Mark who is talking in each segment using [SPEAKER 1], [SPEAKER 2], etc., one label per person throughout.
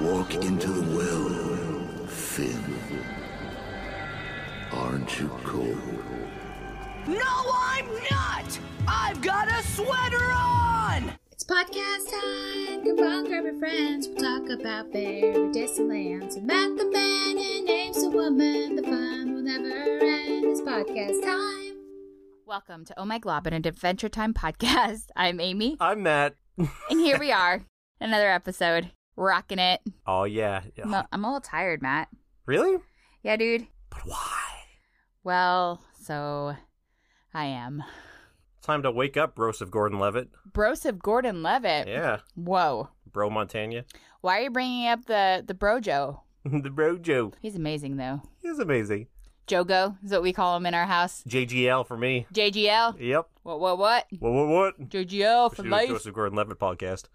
[SPEAKER 1] Walk into the well, Finn. Aren't you cold?
[SPEAKER 2] No, I'm not! I've got a sweater on!
[SPEAKER 3] It's podcast time. Come on, grab your friends. We'll talk about very distant lands. We met the man and names the woman. The fun will never end. It's podcast time.
[SPEAKER 4] Welcome to Oh My Glob, an Adventure Time podcast. I'm Amy,
[SPEAKER 5] I'm Matt.
[SPEAKER 4] and here we are, another episode, rocking it.
[SPEAKER 5] Oh yeah.
[SPEAKER 4] I'm a, I'm a little tired, Matt.
[SPEAKER 5] Really?
[SPEAKER 4] Yeah, dude.
[SPEAKER 5] But why?
[SPEAKER 4] Well, so I am.
[SPEAKER 5] Time to wake up, Bros of Gordon Levitt.
[SPEAKER 4] Bros of Gordon Levitt.
[SPEAKER 5] Yeah.
[SPEAKER 4] Whoa.
[SPEAKER 5] Bro Montagna.
[SPEAKER 4] Why are you bringing up the the Brojo?
[SPEAKER 5] the Brojo.
[SPEAKER 4] He's amazing though.
[SPEAKER 5] He's amazing.
[SPEAKER 4] Jogo is what we call him in our house.
[SPEAKER 5] JGL for me.
[SPEAKER 4] JGL.
[SPEAKER 5] Yep.
[SPEAKER 4] What? What? What?
[SPEAKER 5] What what what?
[SPEAKER 4] JGL for
[SPEAKER 5] Shoot,
[SPEAKER 4] life.
[SPEAKER 5] Joseph Gordon Levitt podcast.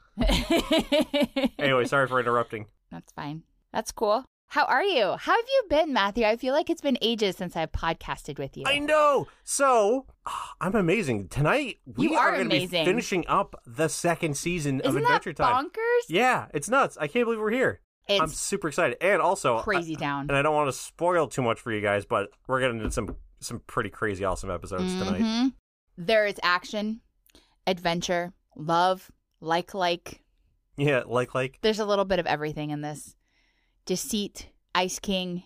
[SPEAKER 5] Anyway, sorry for interrupting.
[SPEAKER 4] That's fine. That's cool. How are you? How have you been, Matthew? I feel like it's been ages since I've podcasted with you.
[SPEAKER 5] I know. So ah, I'm amazing. Tonight we
[SPEAKER 4] You are
[SPEAKER 5] gonna
[SPEAKER 4] amazing.
[SPEAKER 5] be finishing up the second season of
[SPEAKER 4] Isn't that
[SPEAKER 5] Adventure Time.
[SPEAKER 4] bonkers?
[SPEAKER 5] Yeah, it's nuts. I can't believe we're here.
[SPEAKER 4] It's
[SPEAKER 5] I'm super excited. And also I-
[SPEAKER 4] crazy down.
[SPEAKER 5] and I don't want to spoil too much for you guys, but we're getting into some some pretty crazy awesome episodes tonight.
[SPEAKER 4] Mhm. There is action, adventure, love, like like.
[SPEAKER 5] Yeah, like like
[SPEAKER 4] There's a little bit of everything in this. Deceit, Ice King,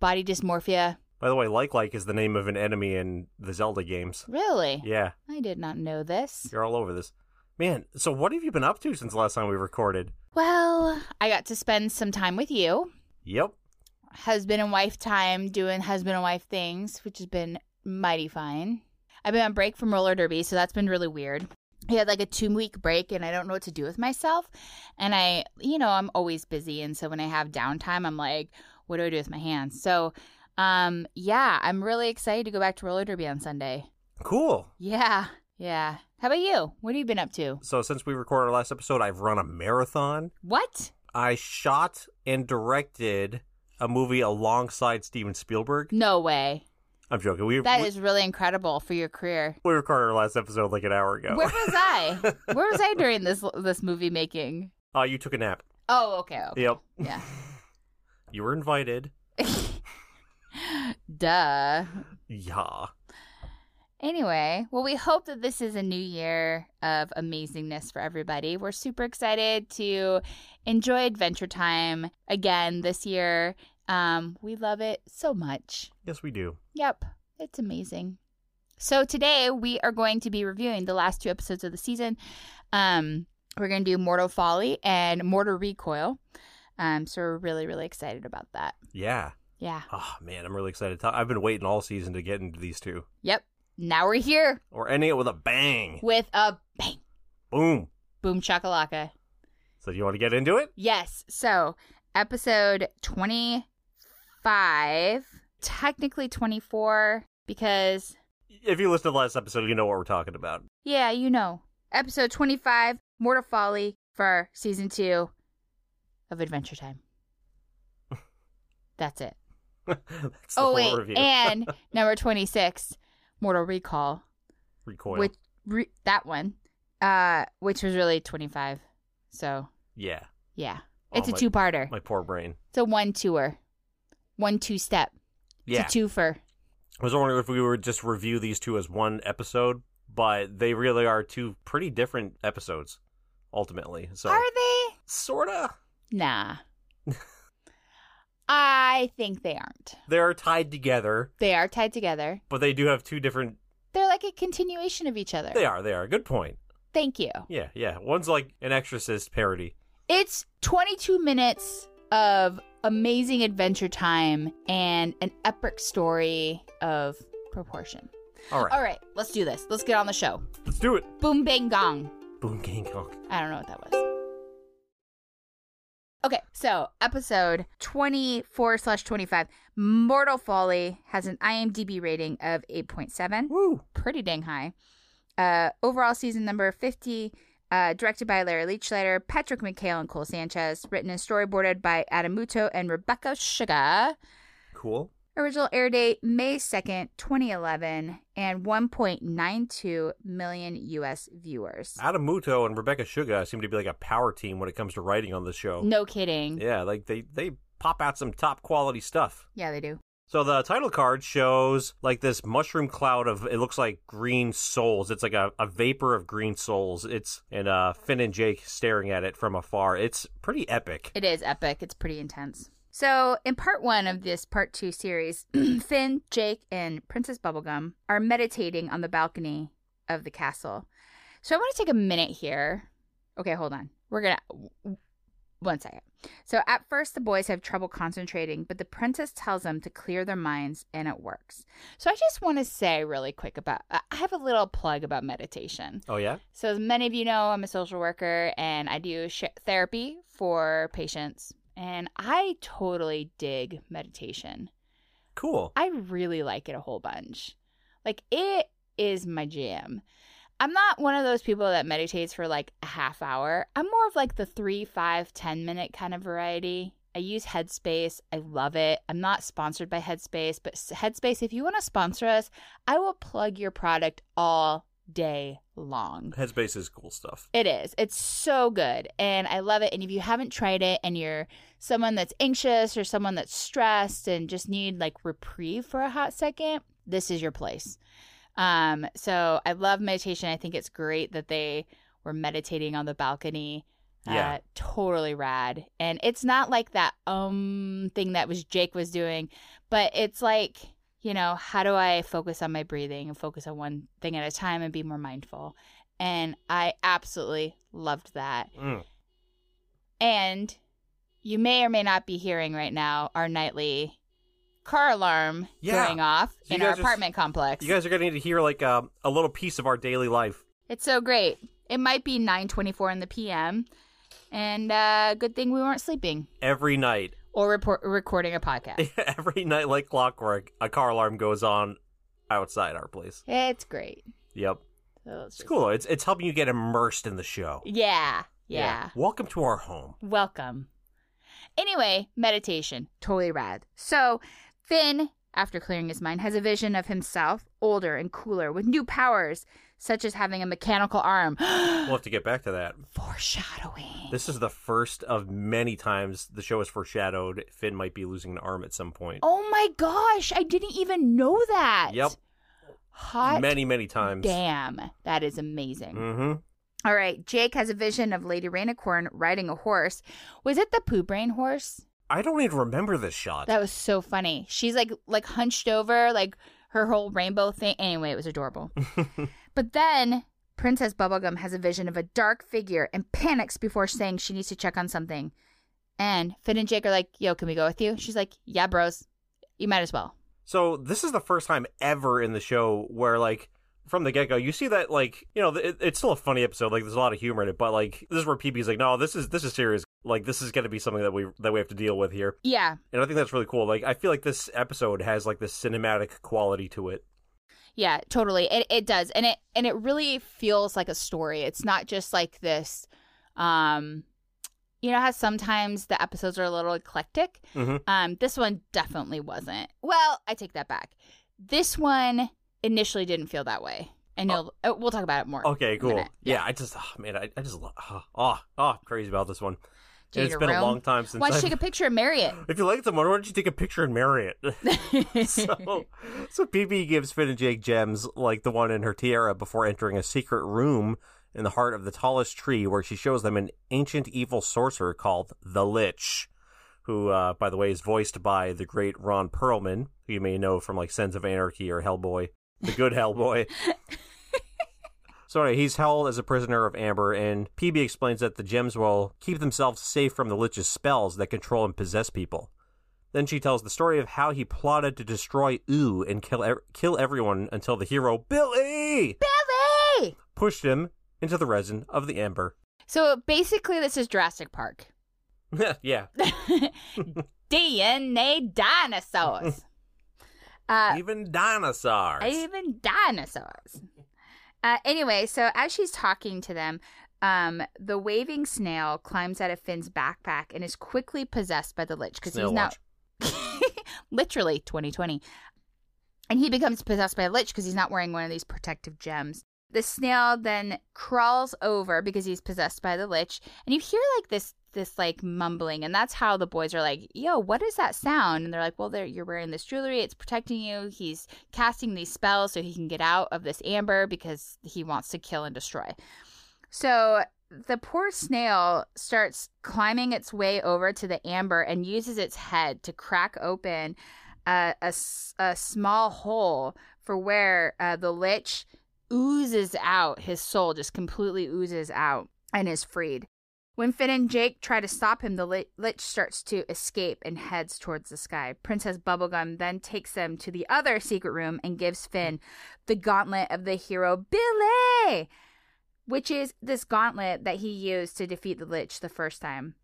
[SPEAKER 4] body dysmorphia.
[SPEAKER 5] by the way, like like is the name of an enemy in the Zelda games.
[SPEAKER 4] Really?
[SPEAKER 5] Yeah,
[SPEAKER 4] I did not know this.
[SPEAKER 5] you're all over this. Man, so what have you been up to since the last time we recorded?
[SPEAKER 4] Well, I got to spend some time with you.
[SPEAKER 5] Yep.
[SPEAKER 4] husband and wife time doing husband and wife things, which has been mighty fine. I've been on break from roller derby, so that's been really weird. I had like a two week break and I don't know what to do with myself. And I, you know, I'm always busy. And so when I have downtime, I'm like, what do I do with my hands? So, um, yeah, I'm really excited to go back to roller derby on Sunday.
[SPEAKER 5] Cool.
[SPEAKER 4] Yeah. Yeah. How about you? What have you been up to?
[SPEAKER 5] So since we recorded our last episode, I've run a marathon.
[SPEAKER 4] What?
[SPEAKER 5] I shot and directed a movie alongside Steven Spielberg.
[SPEAKER 4] No way.
[SPEAKER 5] I'm joking. We
[SPEAKER 4] That
[SPEAKER 5] we,
[SPEAKER 4] is really incredible for your career.
[SPEAKER 5] we recorded our last episode like an hour ago.
[SPEAKER 4] Where was I? Where was I during this this movie making?
[SPEAKER 5] Uh, you took a nap.
[SPEAKER 4] Oh, okay. okay.
[SPEAKER 5] Yep.
[SPEAKER 4] Yeah.
[SPEAKER 5] You were invited.
[SPEAKER 4] Duh.
[SPEAKER 5] Yeah.
[SPEAKER 4] Anyway, well, we hope that this is a new year of amazingness for everybody. We're super excited to enjoy Adventure Time again this year. Um, we love it so much.
[SPEAKER 5] Yes, we do.
[SPEAKER 4] Yep, it's amazing. So today we are going to be reviewing the last two episodes of the season. Um, we're going to do Mortal Folly and Mortal Recoil. Um, so we're really, really excited about that.
[SPEAKER 5] Yeah.
[SPEAKER 4] Yeah.
[SPEAKER 5] Oh man, I'm really excited. I've been waiting all season to get into these two.
[SPEAKER 4] Yep. Now we're here
[SPEAKER 5] We're ending it with a bang.
[SPEAKER 4] with a bang,
[SPEAKER 5] Boom.
[SPEAKER 4] boom chakalaka.
[SPEAKER 5] So do you want to get into it?
[SPEAKER 4] Yes. So episode 25, technically 24, because
[SPEAKER 5] If you listened to the last episode, you know what we're talking about.
[SPEAKER 4] Yeah, you know. Episode 25, Mortal Folly for season two of Adventure Time. That's it.
[SPEAKER 5] That's the
[SPEAKER 4] oh,
[SPEAKER 5] whole
[SPEAKER 4] wait.
[SPEAKER 5] review.
[SPEAKER 4] And number 26, Mortal Recall.
[SPEAKER 5] Recoil.
[SPEAKER 4] Which, re- that one, uh, which was really 25. So,
[SPEAKER 5] Yeah.
[SPEAKER 4] yeah.
[SPEAKER 5] Oh,
[SPEAKER 4] It's a
[SPEAKER 5] my-
[SPEAKER 4] two parter.
[SPEAKER 5] My poor brain.
[SPEAKER 4] It's a one tour, one two step.
[SPEAKER 5] Yeah.
[SPEAKER 4] It's a twofer.
[SPEAKER 5] I was wondering if we would just review these two as one episode, but they really are two pretty different episodes, ultimately. So
[SPEAKER 4] Are they?
[SPEAKER 5] sorta.
[SPEAKER 4] Nah. I think they aren't.
[SPEAKER 5] They're tied together,
[SPEAKER 4] They are tied together.
[SPEAKER 5] but they do have two different
[SPEAKER 4] They're like a continuation of each other.
[SPEAKER 5] They are, they are. Good point.
[SPEAKER 4] Thank you.
[SPEAKER 5] Yeah, yeah. One's like an exorcist parody.
[SPEAKER 4] It's 22 minutes of amazing adventure time and an epic story of proportion.
[SPEAKER 5] All right.
[SPEAKER 4] All right, let's do this. Let's get on the show.
[SPEAKER 5] Let's do it.
[SPEAKER 4] Boom, bang, gong.
[SPEAKER 5] Boom King Kong.
[SPEAKER 4] I don't know what that was. Okay, so episode 24 slash 25 Mortal Folly has an IMDb rating of 8.7
[SPEAKER 5] Woo.
[SPEAKER 4] pretty dang high. Uh, overall season number 50, uh, directed by Larry Leachlighter, Patrick McHale, and Cole Sanchez, written and storyboarded by Adam Muto and Rebecca Sugar.
[SPEAKER 5] Cool.
[SPEAKER 4] Original air date May 2nd, 2011, and 1.92 million US viewers.
[SPEAKER 5] Adam Muto and Rebecca Sugar seem to be like a power team when it comes to writing on the show.
[SPEAKER 4] No kidding.
[SPEAKER 5] Yeah, like they they pop out some top quality stuff.
[SPEAKER 4] Yeah, they do.
[SPEAKER 5] So the title card shows like this mushroom cloud of it looks like green souls. It's like a, a vapor of green souls. It's and uh Finn and Jake staring at it from afar. It's pretty epic.
[SPEAKER 4] It is epic. It's pretty intense. So, in part one of this part two series, Finn, Jake, and Princess Bubblegum are meditating on the balcony of the castle. So, I want to take a minute here. Okay, hold on. We're going to. One second. So, at first, the boys have trouble concentrating, but the princess tells them to clear their minds, and it works. So, I just want to say really quick about I have a little plug about meditation.
[SPEAKER 5] Oh yeah?
[SPEAKER 4] So, as many of you know, I'm a social worker and I do sh- therapy for patients. And I totally dig meditation.
[SPEAKER 5] Cool.
[SPEAKER 4] I really like it a whole bunch. Like, it is my jam. I'm not one of those people that meditates for like a half hour. I'm more of like the three, five, ten minute kind of variety. I use Headspace. I love it. I'm not sponsored by Headspace, but s- Headspace, if you want to sponsor us, I will plug your product all day long.
[SPEAKER 5] Headspace is cool stuff.
[SPEAKER 4] It is. It's so good. And I love it. And if you haven't tried it and you're someone that's anxious or someone that's stressed and just need like reprieve for a hot second, this is your place. Um, so I love meditation. I think it's great that they were meditating on the balcony.
[SPEAKER 5] Yeah.
[SPEAKER 4] Uh, totally rad. And it's not like that um thing that was Jake was doing, but it's like, you know, how do I focus on my breathing and focus on one thing at a time and be more mindful? And I absolutely loved that.
[SPEAKER 5] Mm.
[SPEAKER 4] And you may or may not be hearing right now our nightly car alarm
[SPEAKER 5] Yeah.
[SPEAKER 4] going off
[SPEAKER 5] You
[SPEAKER 4] in our
[SPEAKER 5] guys are-
[SPEAKER 4] apartment complex.
[SPEAKER 5] You guys are gonna need to hear like um a little piece of our daily life.
[SPEAKER 4] It's so great. It might be 9:24 in the p.m. and uh, good thing we weren't sleeping
[SPEAKER 5] Every night.
[SPEAKER 4] or report- recording a podcast.
[SPEAKER 5] Every night like clockwork, a car alarm goes on outside our place.
[SPEAKER 4] it's great.
[SPEAKER 5] Yep.
[SPEAKER 4] So let's
[SPEAKER 5] It's
[SPEAKER 4] just-
[SPEAKER 5] cool. It's it's helping you get immersed in the show.
[SPEAKER 4] Yeah, yeah.
[SPEAKER 5] Welcome to our home.
[SPEAKER 4] Welcome. Anyway, meditation. Totally rad. So, Finn, after clearing his mind, has a vision of himself older and cooler with new powers, such as having a mechanical arm.
[SPEAKER 5] We'll have to get back to that.
[SPEAKER 4] Foreshadowing.
[SPEAKER 5] This is the first of many times the show is foreshadowed. Finn might be losing an arm at some point.
[SPEAKER 4] Oh my gosh, I didn't even know that.
[SPEAKER 5] Yep.
[SPEAKER 4] Hot
[SPEAKER 5] many, many times.
[SPEAKER 4] damn. That is amazing.
[SPEAKER 5] Mm-hmm.
[SPEAKER 4] All right, Jake has a vision of Lady Rainicorn riding a horse. Was it the poo brain horse?
[SPEAKER 5] I don't even remember this shot.
[SPEAKER 4] That was so funny. She's like like hunched over, like her whole rainbow thing. Anyway, it was adorable. but then Princess Bubblegum has a vision of a dark figure and panics before saying she needs to check on something. And Finn and Jake are like, "Yo, can we go with you?" She's like, "Yeah, bros, you might as well."
[SPEAKER 5] so this is the first time ever in the show where, like, from the get-go, you see that, like, you know, th- it, it's still a funny episode. Like, there's a lot of humor in it, but like, this is where PB's like, no, this is this is serious. Like, this is going to be something that we that we have to deal with here.
[SPEAKER 4] Yeah,
[SPEAKER 5] And I think that's really cool. Like, I feel like this episode has like this cinematic quality to it.
[SPEAKER 4] yeah, totally. It it does, and it and it really feels like a story. It's not just like this. Um, you know how sometimes the episodes are a little eclectic.
[SPEAKER 5] Mm-hmm.
[SPEAKER 4] Um, this one definitely wasn't. Well, I take that back. This one initially didn't feel that way, and you'll uh, we'll talk about it more.
[SPEAKER 5] Oh. Okay,
[SPEAKER 4] in a
[SPEAKER 5] cool.
[SPEAKER 4] minute.
[SPEAKER 5] yeah. I just, oh, man, I, I just, lo- oh, oh, oh, crazy about this one.
[SPEAKER 4] Do you
[SPEAKER 5] it's
[SPEAKER 4] need a
[SPEAKER 5] been
[SPEAKER 4] room?
[SPEAKER 5] a long time since
[SPEAKER 4] Why don't
[SPEAKER 5] I've-
[SPEAKER 4] you take a picture and marry it?
[SPEAKER 5] If you like someone, why don't you take a picture and marry it? so, so PB gives Finn and Jake gems like the one in her tiara before entering a secret room in the heart of the tallest tree, where she shows them an ancient evil sorcerer called the Lich, who, uh, by the way, is voiced by the great Ron Perlman, who you may know from like Sons of Anarchy or Hellboy, the good Hellboy. So anyway, he's held as a prisoner of Amber, and PB explains that the gems will keep themselves safe from the Lich's spells that control and possess people. Then she tells the story of how he plotted to destroy Ooh and kill ev- kill everyone until the hero Billy
[SPEAKER 4] Billy.
[SPEAKER 5] pushed him into the resin of the Amber.
[SPEAKER 4] So basically, this is Jurassic Park.
[SPEAKER 5] yeah,
[SPEAKER 4] DNA dinosaurs. uh,
[SPEAKER 5] even dinosaurs.
[SPEAKER 4] Even dinosaurs. Uh, anyway, so as she's talking to them, um, the waving snail climbs out of Finn's backpack and is quickly possessed by the lich because
[SPEAKER 5] Snail
[SPEAKER 4] he's now. literally 2020. And he becomes possessed by a lich because he's not wearing one of these protective gems. The snail then crawls over because he's possessed by the lich, and you hear like this this like mumbling, and that's how the boys are like, "Yo, what is that sound?" And they're like, "Well, they're, you're wearing this jewelry; it's protecting you. He's casting these spells so he can get out of this amber because he wants to kill and destroy." So the poor snail starts climbing its way over to the amber and uses its head to crack open uh, a, s- a small hole for where uh, the lich oozes out. His soul just completely oozes out and is freed. When Finn and Jake try to stop him, the li- lich starts to escape and heads towards the sky. Princess Bubblegum then takes them to the other secret room and gives Finn the gauntlet of the hero Billy which is this gauntlet that he used to defeat the Lich the first time.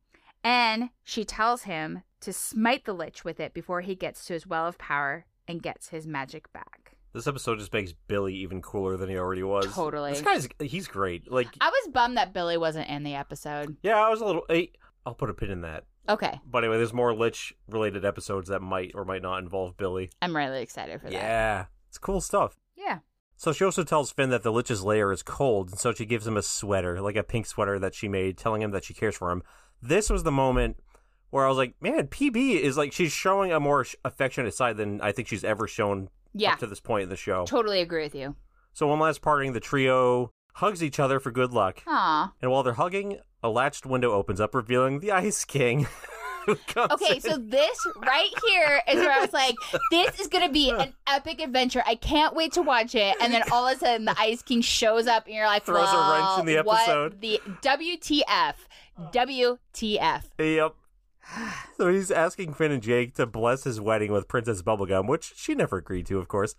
[SPEAKER 4] And she tells him to smite the Lich with it before he gets to his well of power and gets his magic back.
[SPEAKER 5] This episode just makes Billy even cooler than he already was.
[SPEAKER 4] Totally.
[SPEAKER 5] This guy's he's great. Like
[SPEAKER 4] I was bummed that Billy wasn't in the episode.
[SPEAKER 5] yeah, I was a little I, I'll put a pin in that.
[SPEAKER 4] Okay,
[SPEAKER 5] But anyway, there's more Lich related episodes that might or might not involve Billy.
[SPEAKER 4] I'm really excited for that.
[SPEAKER 5] Yeah. It's cool stuff.
[SPEAKER 4] Yeah.
[SPEAKER 5] So she also tells Finn that the Lich's lair is cold, and so she gives him a sweater, like a pink sweater that she made, telling him that she cares for him. This was the moment where I was like, man, PB is like, she's showing a more sh- affectionate side than I think she's ever shown
[SPEAKER 4] Yeah.
[SPEAKER 5] up to this point in the show.
[SPEAKER 4] Totally agree with you.
[SPEAKER 5] So, one last parting, the trio hugs each other for good luck.
[SPEAKER 4] Aw.
[SPEAKER 5] And while they're hugging, a latched window opens up, revealing the Ice King. who comes
[SPEAKER 4] Okay,
[SPEAKER 5] in.
[SPEAKER 4] so this right here is where I was like, this is going to be an epic adventure. I can't wait to watch it. And then all of a sudden, the Ice King shows up, and you're like,
[SPEAKER 5] Throws a wrench in the
[SPEAKER 4] "Well, what
[SPEAKER 5] episode."
[SPEAKER 4] The WTF. WTF.
[SPEAKER 5] Yep. So he's asking Finn and Jake to bless his wedding with Princess Bubblegum, which she never agreed to, of course.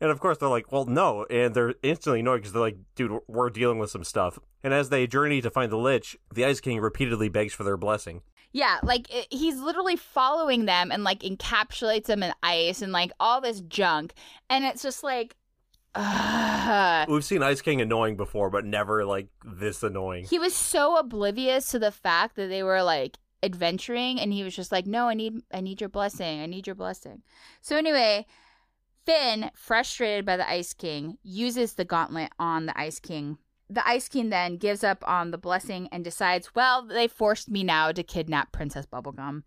[SPEAKER 5] And of course, they're like, well, no. And they're instantly annoyed because they're like, dude, we're dealing with some stuff. And as they journey to find the Lich, the Ice King repeatedly begs for their blessing.
[SPEAKER 4] Yeah, like it, he's literally following them and like encapsulates them in ice and like all this junk, and it's just like, ugh.
[SPEAKER 5] We've seen Ice King annoying before, but never like this annoying.
[SPEAKER 4] he was so oblivious to the fact that they were like adventuring, and he was just like, "No, I need, I need your blessing. I need your blessing." So anyway, Finn, frustrated by the Ice King, uses the gauntlet on the Ice King. The Ice King then gives up on the blessing and decides, well, they forced me now to kidnap Princess Bubblegum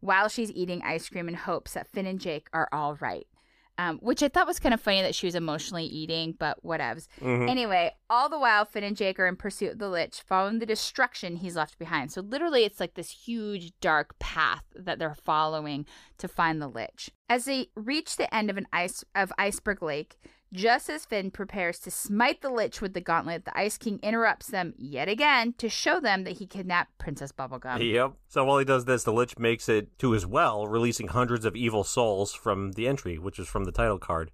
[SPEAKER 4] while she's eating ice cream in hopes that Finn and Jake are all right. Um, which I thought was kind of funny that she was emotionally eating, but whatevs.
[SPEAKER 5] Mhm.
[SPEAKER 4] Anyway, all the while, Finn and Jake are in pursuit of the Lich, following the destruction he's left behind. So literally, it's like this huge dark path that they're following to find the Lich. As they reach the end of an ice of Iceberg Lake, just as Finn prepares to smite the Lich with the gauntlet, the Ice King interrupts them yet again to show them that he kidnapped Princess Bubblegum.
[SPEAKER 5] Yep. So while he does this, the Lich makes it to his well, releasing hundreds of evil souls from the entry, which is from the title card.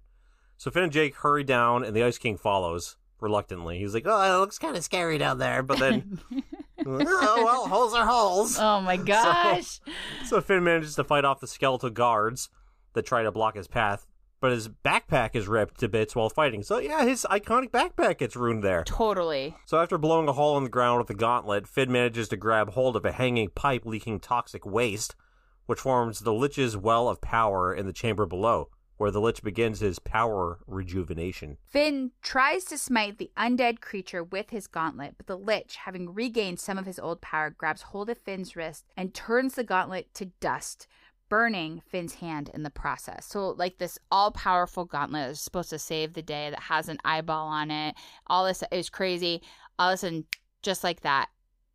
[SPEAKER 5] So Finn and Jake hurry down, and the Ice King follows reluctantly. He's like, "Oh, it looks kind of scary down there," but then, oh well, holes are holes.
[SPEAKER 4] Oh my gosh!
[SPEAKER 5] So Finn manages to fight off the skeletal guards that try to block his path, but his backpack is ripped to bits while fighting. So yeah, his iconic backpack gets ruined there.
[SPEAKER 4] totally.
[SPEAKER 5] So after blowing a hole in the ground with the gauntlet, Finn manages to grab hold of a hanging pipe leaking toxic waste, which forms the Lich's well of power in the chamber below, where the Lich begins his power rejuvenation.
[SPEAKER 4] Finn tries to smite the undead creature with his gauntlet, but the Lich, having regained some of his old power, grabs hold of Finn's wrist and turns the gauntlet to dust, burning Finn's hand in the process. So, like, this all powerful gauntlet is supposed to save the day that has an eyeball on it. All this is crazy. All of a sudden, just like that,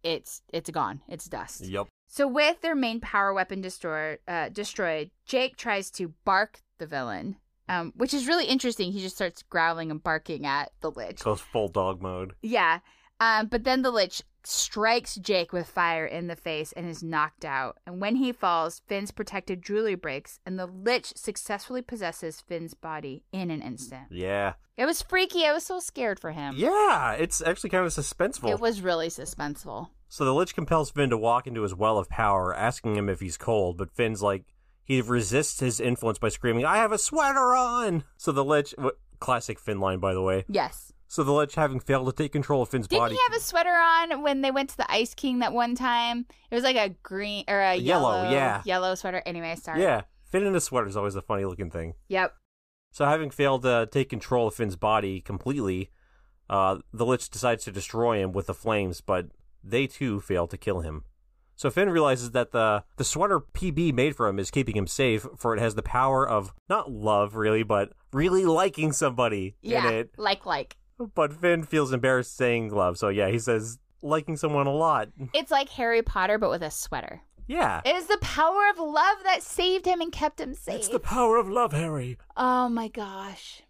[SPEAKER 4] it's it's gone. It's dust.
[SPEAKER 5] Yep.
[SPEAKER 4] So, with their main power weapon destroy, uh, destroyed, Jake tries to bark the villain, um, which is really interesting. He just starts growling and barking at the Lich.
[SPEAKER 5] Goes full dog mode.
[SPEAKER 4] Yeah. Um, but then the Lich strikes Jake with fire in the face and is knocked out. And when he falls, Finn's protective jewelry breaks, and the Lich successfully possesses Finn's body in an instant.
[SPEAKER 5] Yeah.
[SPEAKER 4] It was freaky. I was so scared for him.
[SPEAKER 5] Yeah, it's actually kind of suspenseful.
[SPEAKER 4] Um, It was really suspenseful.
[SPEAKER 5] so the Lich compels Finn to walk into his well of power, asking him if he's cold, but Finn's like, he resists his influence by screaming, I have a sweater on! So the Lich, w- classic Finn line, by the way.
[SPEAKER 4] Yes.
[SPEAKER 5] So the Lich, having failed to take control of Finn's
[SPEAKER 4] Didn't
[SPEAKER 5] body,
[SPEAKER 4] he have a sweater on when they went to the Ice King that one time? It was like a green or a
[SPEAKER 5] Yellow,
[SPEAKER 4] yellow,
[SPEAKER 5] yeah.
[SPEAKER 4] yellow sweater. Anyway, sorry.
[SPEAKER 5] yeah, Finn in a sweater is always a funny looking thing.
[SPEAKER 4] Yep.
[SPEAKER 5] So, having failed to take control of Finn's body completely, uh, the Lich decides to destroy him with the flames, but they too fail to kill him. So, Finn realizes that the, the sweater PB made for him is keeping him safe, for it has the power of not love, really, but really liking somebody
[SPEAKER 4] Yeah.
[SPEAKER 5] in it.
[SPEAKER 4] Like like.
[SPEAKER 5] But Finn feels embarrassed saying love. So, yeah, he says liking someone a lot.
[SPEAKER 4] It's like Harry Potter but with a sweater.
[SPEAKER 5] Yeah.
[SPEAKER 4] It is the power of love that saved him and kept him safe.
[SPEAKER 5] power of love, Harry.
[SPEAKER 4] oh my gosh.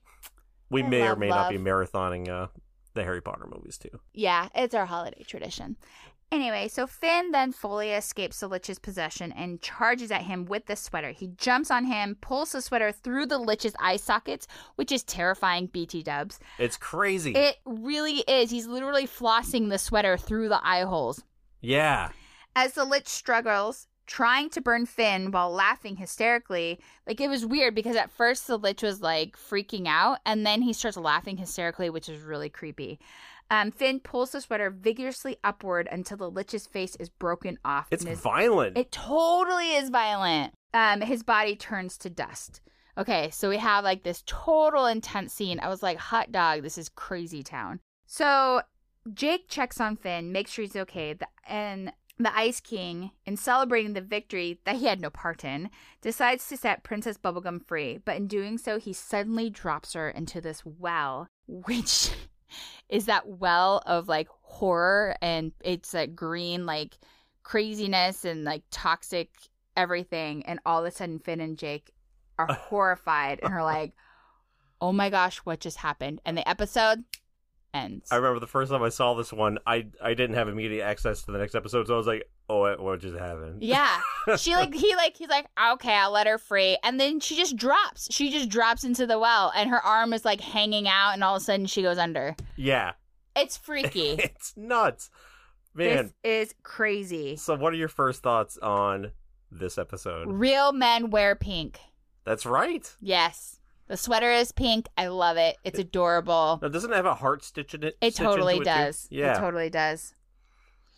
[SPEAKER 5] We
[SPEAKER 4] I
[SPEAKER 5] may or
[SPEAKER 4] love
[SPEAKER 5] may not be
[SPEAKER 4] love.
[SPEAKER 5] marathoning uh, the Harry Potter movies too.
[SPEAKER 4] Yeah, it's our holiday tradition. Anyway, so Finn then fully escapes the Lich's possession and charges at him with the sweater. He jumps on him, pulls the sweater through the Lich's eye sockets, which is terrifying, BT dubs.
[SPEAKER 5] It's crazy.
[SPEAKER 4] It really is. He's literally flossing the sweater through the eye holes.
[SPEAKER 5] yeah.
[SPEAKER 4] As the Lich struggles, trying to burn Finn while laughing hysterically, like it was weird because at first the Lich was like freaking out and then he starts laughing hysterically, which is really creepy. Um, Finn pulls the sweater vigorously upward until the Lich's face is broken off.
[SPEAKER 5] It's
[SPEAKER 4] and his-
[SPEAKER 5] violent.
[SPEAKER 4] It totally is violent. Um, his body turns to dust. Okay, so we have like this total intense scene. I was like, hot dog, this is crazy town. So Jake checks on Finn, makes sure he's okay, th- and the Ice King, in celebrating the victory that he had no part in, decides to set Princess Bubblegum free. But in doing so, he suddenly drops her into this well, which is that well of like horror and it's that green, like craziness and like toxic everything. And all of a sudden, Finn and Jake are horrified and are like, oh my gosh, what just happened? And the episode ends.
[SPEAKER 5] I remember the first time I saw this one, I I didn't have immediate access to the next episode, so I was like, "Oh, what, what just happened?"
[SPEAKER 4] Yeah. She like he like he's like, okay, I'll let her free. And then she just drops. She just drops into the well and her arm is like hanging out and all of a sudden she goes under.
[SPEAKER 5] yeah,
[SPEAKER 4] It's freaky.
[SPEAKER 5] it's nuts, man.
[SPEAKER 4] this is crazy.
[SPEAKER 5] So, what are your first thoughts on this episode?
[SPEAKER 4] Real men wear pink.
[SPEAKER 5] That's right.
[SPEAKER 4] Yes. The sweater is pink. I love it. It's adorable.
[SPEAKER 5] Now, doesn't it have a heart stitch in it?
[SPEAKER 4] It
[SPEAKER 5] stitch into
[SPEAKER 4] totally
[SPEAKER 5] too?
[SPEAKER 4] does.
[SPEAKER 5] Yeah,
[SPEAKER 4] It totally does.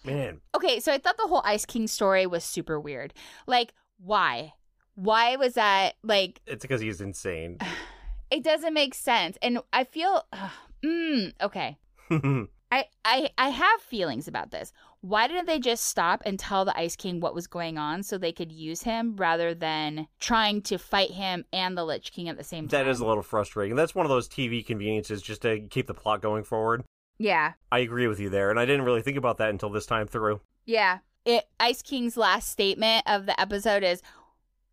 [SPEAKER 5] man.
[SPEAKER 4] Okay, so I thought the whole Ice King story was super weird. Like, why? Why was that like
[SPEAKER 5] It's because he's insane.
[SPEAKER 4] it doesn't make sense? And I feel mm, okay. I, I I have feelings about this. Why didn't they just stop and tell the Ice King what was going on so they could use him rather than trying to fight him and the Lich King at the same time?
[SPEAKER 5] That is a little frustrating. That's one of those TV conveniences just to keep the plot going forward.
[SPEAKER 4] yeah,
[SPEAKER 5] I agree with you there, and I didn't really think about that until this time through.
[SPEAKER 4] yeah. It, Ice King's last statement of the episode is,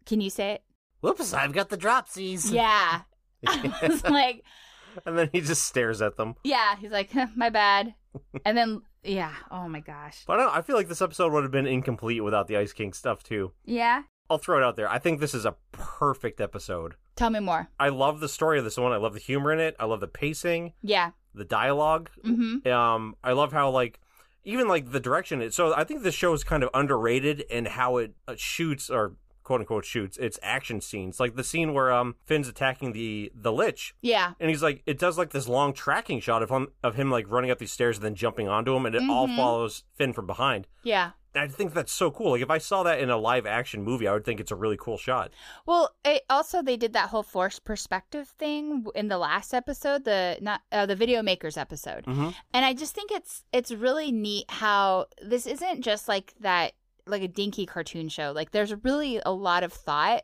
[SPEAKER 4] "Can you say it?"
[SPEAKER 5] Whoops, I've got the dropsies.
[SPEAKER 4] yeah. I was like,
[SPEAKER 5] and then he just stares at them.
[SPEAKER 4] yeah. He's like, "Huh, my bad. And then, yeah. Oh my gosh.
[SPEAKER 5] But I, don't, I feel like this episode would have been incomplete without the Ice King stuff, too.
[SPEAKER 4] Yeah.
[SPEAKER 5] I'll throw it out there. I think this is a perfect episode.
[SPEAKER 4] Tell me more.
[SPEAKER 5] I love the story of this one. I love the humor in it. I love the pacing,
[SPEAKER 4] Yeah.
[SPEAKER 5] the dialogue.
[SPEAKER 4] Mm-hmm.
[SPEAKER 5] Um, I love how, like, even like the direction it. So I think the show is kind of underrated in how it uh, shoots or quote unquote shoots its action scenes. Like the scene where um Finn's attacking the the Lich
[SPEAKER 4] Yeah.
[SPEAKER 5] and he's like, it does like this long tracking shot of him of him like running up these stairs and then jumping onto him, and it all
[SPEAKER 4] Mhm.
[SPEAKER 5] follows Finn from behind.
[SPEAKER 4] Yeah.
[SPEAKER 5] And I think that's so cool. Like if I saw that in a live action movie, I would think it's a really cool shot.
[SPEAKER 4] Well, it, also they did that whole forced perspective thing in the last episode, the not uh, the video makers episode,
[SPEAKER 5] Mhm.
[SPEAKER 4] and I just think it's it's really neat how this isn't just like that like a dinky cartoon show. Like there's really a lot of thought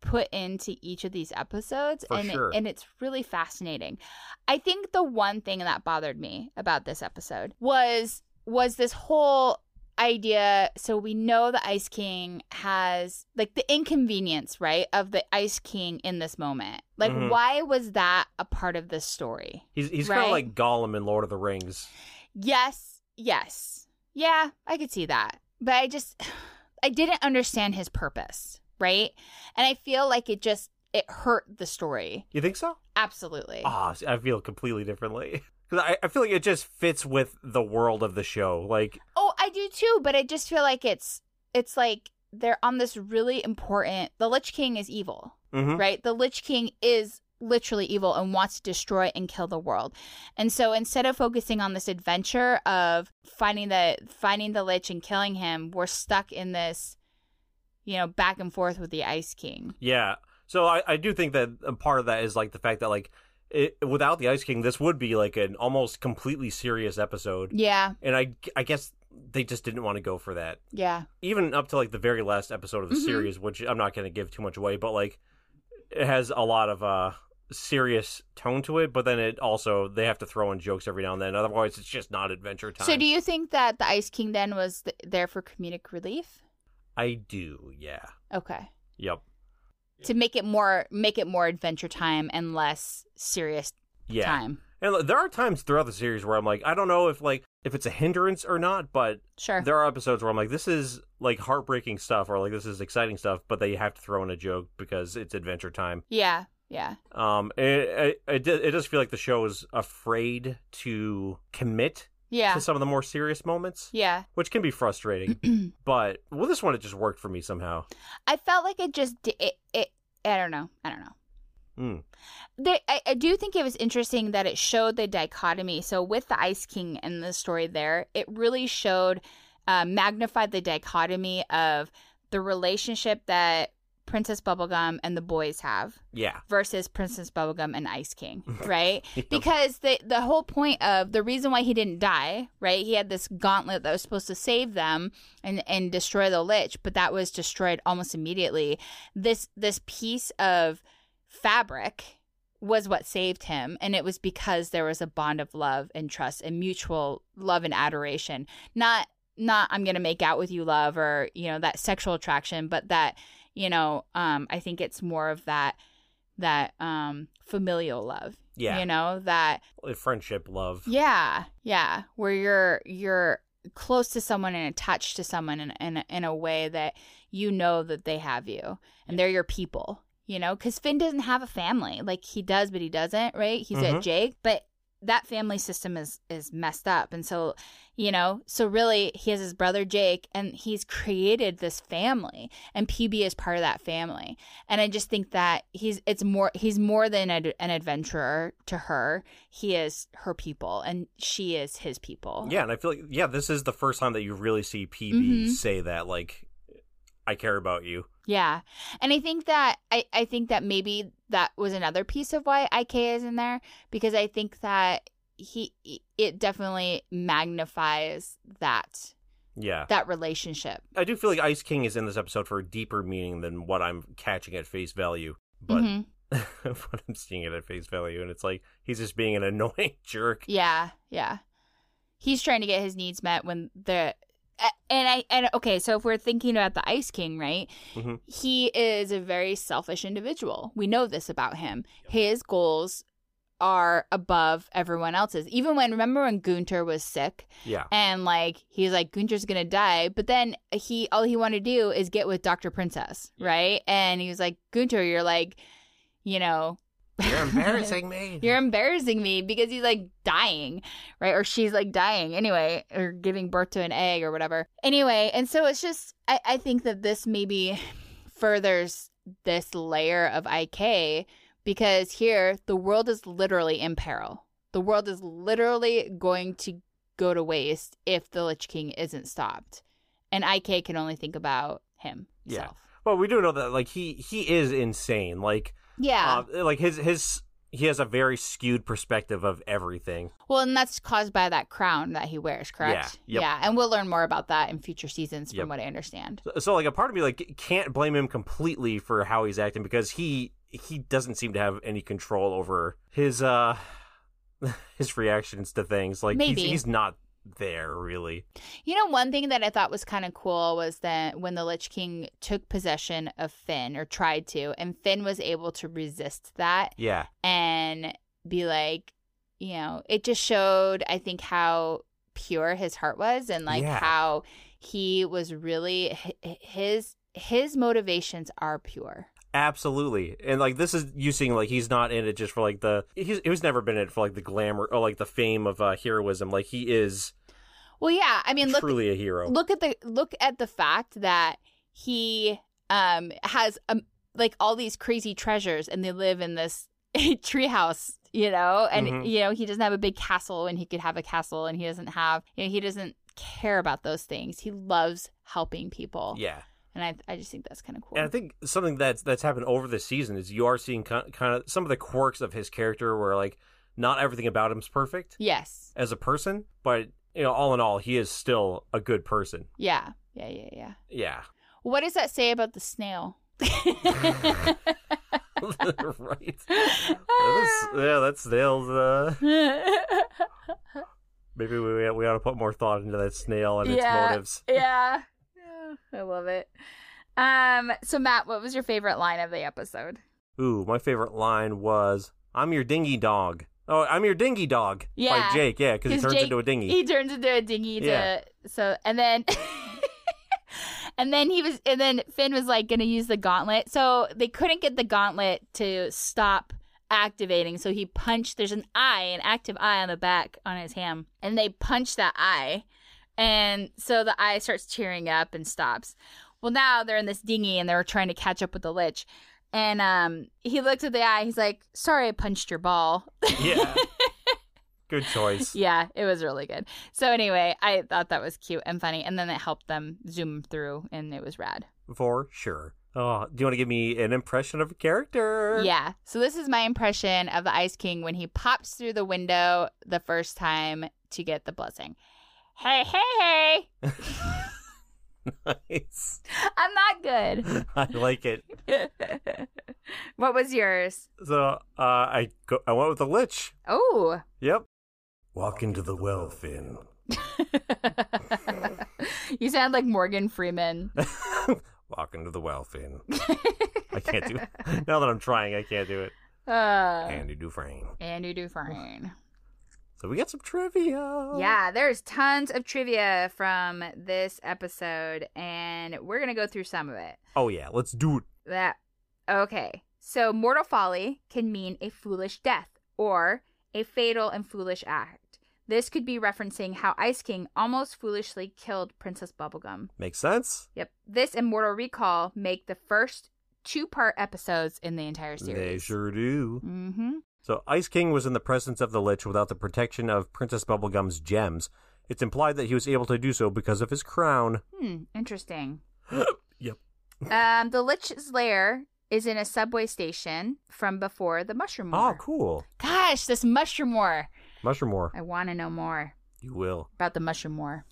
[SPEAKER 4] put into each of these episodes,
[SPEAKER 5] For
[SPEAKER 4] and
[SPEAKER 5] sure.
[SPEAKER 4] and it's really fascinating. I think the one thing that bothered me about this episode was was this whole idea so we know the ice king has like the inconvenience right of the ice king in this moment like
[SPEAKER 5] Mhm.
[SPEAKER 4] why was that a part of this story
[SPEAKER 5] He's he's
[SPEAKER 4] Right.
[SPEAKER 5] kind of like Gollum in Lord of the Rings.
[SPEAKER 4] yes yes yeah i could see that but i just i didn't understand his purpose right and i feel like it just it hurt the story
[SPEAKER 5] You think so?
[SPEAKER 4] absolutely
[SPEAKER 5] Ah, see, I feel completely differently because I, I feel like it just fits with the world of the show. Like
[SPEAKER 4] Oh, I do too, but I just feel like it's it's like they're on this really important. The Lich King is evil,
[SPEAKER 5] Mhm.
[SPEAKER 4] right? The Lich King is literally evil and wants to destroy and kill the world. And so instead of focusing on this adventure of finding the finding the lich and killing him, we're stuck in this you know, back and forth with the Ice King.
[SPEAKER 5] Yeah. So I, I do think that a part of that is like the fact that like it, without the Ice King, this would be like an almost completely serious episode.
[SPEAKER 4] Yeah,
[SPEAKER 5] And I I guess they just didn't want to go for that.
[SPEAKER 4] yeah,
[SPEAKER 5] Even up to like the very last episode of the
[SPEAKER 4] Mhm.
[SPEAKER 5] series, which I'm not going to give too much away, but like it has a lot of uh serious tone to it. But then it also they have to throw in jokes every now and then. Otherwise, it's just not adventure time.
[SPEAKER 4] So do you think that the Ice King then was th- there for comedic relief?
[SPEAKER 5] I do. Yeah.
[SPEAKER 4] Okay.
[SPEAKER 5] Yep.
[SPEAKER 4] To make it more make it more adventure time and less serious
[SPEAKER 5] Yeah.
[SPEAKER 4] time.
[SPEAKER 5] And look, there are times throughout the series where I'm like, I don't know if like if it's a hindrance or not, but
[SPEAKER 4] Sure.
[SPEAKER 5] there are episodes where I'm like, this is like heartbreaking stuff or like this is exciting stuff, but they have to throw in a joke because it's adventure time.
[SPEAKER 4] yeah. Yeah.
[SPEAKER 5] Um, it it, it, do- it does feel like the show is afraid to commit
[SPEAKER 4] Yeah.
[SPEAKER 5] to some of the more serious moments,
[SPEAKER 4] Yeah.
[SPEAKER 5] which can be frustrating. but well, this one it just worked for me somehow.
[SPEAKER 4] I felt like it just di- it, it I don't know. I don't know.
[SPEAKER 5] Mm.
[SPEAKER 4] They, I, I do think it was interesting that it showed the dichotomy. So with the Ice King and the story there, it really showed uh, magnified the dichotomy of the relationship that Princess Bubblegum and the boys have.
[SPEAKER 5] Yeah,
[SPEAKER 4] versus Princess Bubblegum and Ice King, right? because the the whole point of the reason why he didn't die, right? He had this gauntlet that was supposed to save them and and destroy the lich, but that was destroyed almost immediately. This this piece of fabric was what saved him and it was because there was a bond of love and trust and mutual love and adoration not not i'm gonna make out with you love or you know that sexual attraction but that you know um i think it's more of that that um familial love
[SPEAKER 5] yeah,
[SPEAKER 4] you know that
[SPEAKER 5] friendship, love.
[SPEAKER 4] yeah yeah where you're you're close to someone and attached to someone in, in, in a way that you know that they have you and they're your people you know because finn doesn't have a family like he does but he doesn't right he's
[SPEAKER 5] Mhm.
[SPEAKER 4] at jake but that family system is is messed up and so you know so really he has his brother jake and he's created this family and pb is part of that family and i just think that he's it's more he's more than a, an adventurer to her he is her people and she is his people
[SPEAKER 5] Yeah, and I feel like yeah, this is the first time that you really see PB
[SPEAKER 4] Mhm.
[SPEAKER 5] say that like, I care about you.
[SPEAKER 4] Yeah. And I think that I, I think that maybe that was another piece of why IK is in there because I think that he e, it definitely magnifies that
[SPEAKER 5] Yeah,
[SPEAKER 4] that relationship.
[SPEAKER 5] I do feel like Ice King is in this episode for a deeper meaning than what I'm catching at face value, but
[SPEAKER 4] Mhm.
[SPEAKER 5] what I'm seeing it at face value, and it's like he's just being an annoying jerk.
[SPEAKER 4] Yeah, yeah. He's trying to get his needs met when the a- and I and okay, so if we're thinking about the Ice King, right?
[SPEAKER 5] Mhm.
[SPEAKER 4] He is a very selfish individual. We know this about him. His goals are above everyone else's. Even when remember when Gunter was sick
[SPEAKER 5] Yeah,
[SPEAKER 4] and like he's like Gunter's gonna die, but then he all he wanted to do is get with Doctor Princess, right? And he was like, Gunter, you're like, you know,
[SPEAKER 5] you're embarrassing me.
[SPEAKER 4] you're embarrassing me because he's like dying, right? Or she's like dying anyway, or giving birth to an egg or whatever. Anyway, and so it's just I, I think that this maybe furthers this layer of IK because here the world is literally in peril. The world is literally going to go to waste if the Lich King isn't stopped. And IK can only think about himself.
[SPEAKER 5] Yeah. But we do know that like he he is insane. Like
[SPEAKER 4] Yeah.
[SPEAKER 5] uh, like his his he has a very skewed perspective of everything.
[SPEAKER 4] Well, and that's caused by that crown that he wears, correct?
[SPEAKER 5] Yeah, yep.
[SPEAKER 4] Yeah. And we'll learn more about that in future seasons from
[SPEAKER 5] Yep.
[SPEAKER 4] what I understand.
[SPEAKER 5] So, so, like a part of me like can't blame him completely for how he's acting because he he doesn't seem to have any control over his uh his reactions to things. Like
[SPEAKER 4] Maybe.
[SPEAKER 5] he's he's not there really.
[SPEAKER 4] You know, one thing that I thought was kind of cool was that when the Lich King took possession of Finn or tried to, and Finn was able to resist that
[SPEAKER 5] Yeah.
[SPEAKER 4] and be like, you know, it just showed, I think, how pure his heart was and like
[SPEAKER 5] Yeah.
[SPEAKER 4] how he was really hi- his his motivations are pure.
[SPEAKER 5] Absolutely. And like this is you seeing like he's not in it just for like the he's he was never been in it for like the glamour or like the fame of uh heroism. Like he is
[SPEAKER 4] Well, yeah, I mean, look
[SPEAKER 5] truly a hero.
[SPEAKER 4] look at the look at the fact that he um has um, like all these crazy treasures and they live in this treehouse you know and
[SPEAKER 5] Mhm.
[SPEAKER 4] you know he doesn't have a big castle and he could have a castle and he doesn't have you know he doesn't care about those things he loves helping people
[SPEAKER 5] yeah.
[SPEAKER 4] and I I just think that's kind of cool.
[SPEAKER 5] And I think something that's that's happened over the season is you are seeing kind of some of the quirks of his character, where like not everything about him's perfect
[SPEAKER 4] yes.
[SPEAKER 5] as a person, but you know, all in all, he is still a good person.
[SPEAKER 4] Yeah. Yeah. Yeah. Yeah.
[SPEAKER 5] Yeah,
[SPEAKER 4] What does that say about the snail?
[SPEAKER 5] right. That's- yeah, that snail's. Uh, maybe we we ought to put more thought into that snail and
[SPEAKER 4] Yeah.
[SPEAKER 5] its motives.
[SPEAKER 4] yeah. I love it. Um, so Matt, what was your favorite line of the episode?
[SPEAKER 5] Ooh, my favorite line was, "I'm your dingy dog." Oh, I'm your dingy dog.
[SPEAKER 4] Yeah.
[SPEAKER 5] by Jake. Yeah, because he
[SPEAKER 4] 'Cause
[SPEAKER 5] turns
[SPEAKER 4] Jake-
[SPEAKER 5] into a dingy.
[SPEAKER 4] He turns into a dinghy to
[SPEAKER 5] Yeah.
[SPEAKER 4] so and then and then he was and then Finn was like gonna use the gauntlet. So they couldn't get the gauntlet to stop activating, so he punched there's an eye, an active eye on the back on his ham. And they punch that eye. And so the eye starts tearing up and stops. Well now they're in this dinghy and they're trying to catch up with the lich. And um, he looked at the eye. He's like, "Sorry, I punched your ball."
[SPEAKER 5] yeah. Good choice.
[SPEAKER 4] Yeah, it was really good. So anyway, I thought that was cute and funny, and then it helped them zoom through, and it was rad.
[SPEAKER 5] For sure. Oh, do you want to give me an impression of a character?
[SPEAKER 4] Yeah. So this is my impression of the Ice King when he pops through the window the first time to get the blessing. Hey, hey, hey!
[SPEAKER 5] Nice.
[SPEAKER 4] I'm not good.
[SPEAKER 5] I like it.
[SPEAKER 4] what was yours?
[SPEAKER 5] So uh, I go, I went with the lich.
[SPEAKER 4] Oh,
[SPEAKER 5] Yep. Walk into the well, Finn.
[SPEAKER 4] you sound like Morgan Freeman.
[SPEAKER 5] Walk into the well, Finn. I can't do it. Now that I'm trying, I can't do it.
[SPEAKER 4] Uh,
[SPEAKER 5] Andy Dufresne.
[SPEAKER 4] Andy Dufresne.
[SPEAKER 5] So we got some trivia.
[SPEAKER 4] Yeah, there's tons of trivia from this episode, and we're going to go through some of it.
[SPEAKER 5] Oh yeah, let's do it.
[SPEAKER 4] That, okay. So, mortal folly can mean a foolish death or a fatal and foolish act. This could be referencing how Ice King almost foolishly killed Princess Bubblegum.
[SPEAKER 5] Makes sense.
[SPEAKER 4] Yep. This and Mortal Recall make the first two part episodes in the entire
[SPEAKER 5] They
[SPEAKER 4] series.
[SPEAKER 5] sure do.
[SPEAKER 4] Mm-hmm.
[SPEAKER 5] So Ice King was in the presence of the Lich without the protection of Princess Bubblegum's gems. It's implied that he was able to do so because of his crown.
[SPEAKER 4] Hmm, interesting.
[SPEAKER 5] Yep.
[SPEAKER 4] Um, the Lich's Lair is in a subway station from before the Mushroom War.
[SPEAKER 5] Oh, cool.
[SPEAKER 4] Gosh, this Mushroom War.
[SPEAKER 5] Mushroom War.
[SPEAKER 4] I want to know more
[SPEAKER 5] You will.
[SPEAKER 4] about the Mushroom War.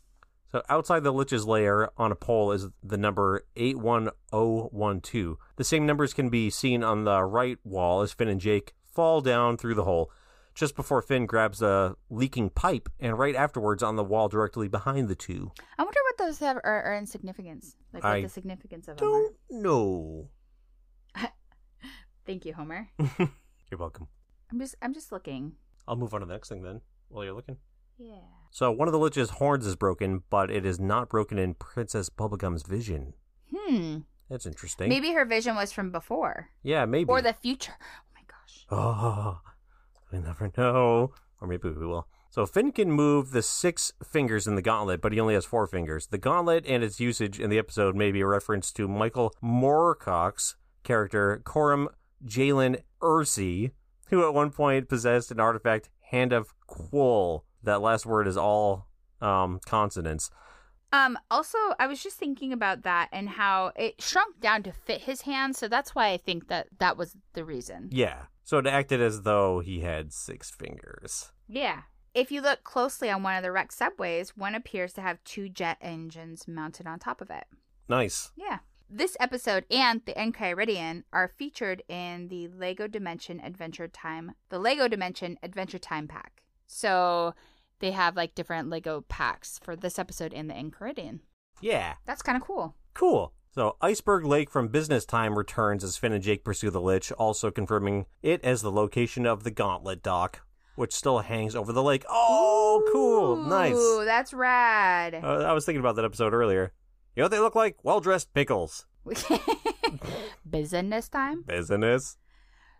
[SPEAKER 5] So outside the Lich's lair on a pole is the number 81012. The same numbers can be seen on the right wall as Finn and Jake fall down through the hole. Just before Finn grabs a leaking pipe, and right afterwards on the wall directly behind the two.
[SPEAKER 4] I wonder what those have are, are in significance. Like what
[SPEAKER 5] I
[SPEAKER 4] the significance of them are.
[SPEAKER 5] Don't know.
[SPEAKER 4] Thank you, Homer.
[SPEAKER 5] You're welcome.
[SPEAKER 4] I'm just I'm just looking.
[SPEAKER 5] I'll move on to the next thing then while you're looking.
[SPEAKER 4] Yeah.
[SPEAKER 5] So one of the Lich's horns is broken, but it is not broken in Princess Bubblegum's vision.
[SPEAKER 4] Hmm.
[SPEAKER 5] That's interesting.
[SPEAKER 4] Maybe her vision was from before
[SPEAKER 5] Yeah, maybe.
[SPEAKER 4] or the future. Oh my gosh.
[SPEAKER 5] Oh, we never know. Or maybe we will. So Finn can move the six fingers in the gauntlet, but he only has four fingers. The gauntlet and its usage in the episode may be a reference to Michael Moorcock's character, Coram Jalen Ursi, who at one point possessed an artifact, Hand of Quoll. That last word is all um, consonants.
[SPEAKER 4] Um also I was just thinking about that and how it shrunk down to fit his hand, so that's why I think that that was the reason.
[SPEAKER 5] Yeah. So it acted as though he had six fingers.
[SPEAKER 4] Yeah. If you look closely on one of the wrecked subways, one appears to have two jet engines mounted on top of it.
[SPEAKER 5] Nice.
[SPEAKER 4] Yeah. This episode and the Enchiridion are featured in the Lego Dimension Adventure Time, the Lego Dimension Adventure Time pack. So they have like different Lego packs for this episode and the Enchiridion.
[SPEAKER 5] Yeah.
[SPEAKER 4] That's kind of cool.
[SPEAKER 5] Cool. So, Iceberg Lake from Business Time returns as Finn and Jake pursue the Lich, also confirming it as the location of the Gauntlet Dock, which still hangs over the lake. Oh, cool. Nice.
[SPEAKER 4] Ooh, that's rad.
[SPEAKER 5] Uh, I was thinking about that episode earlier. You know what they look like? Well dressed pickles.
[SPEAKER 4] Business time.
[SPEAKER 5] Business.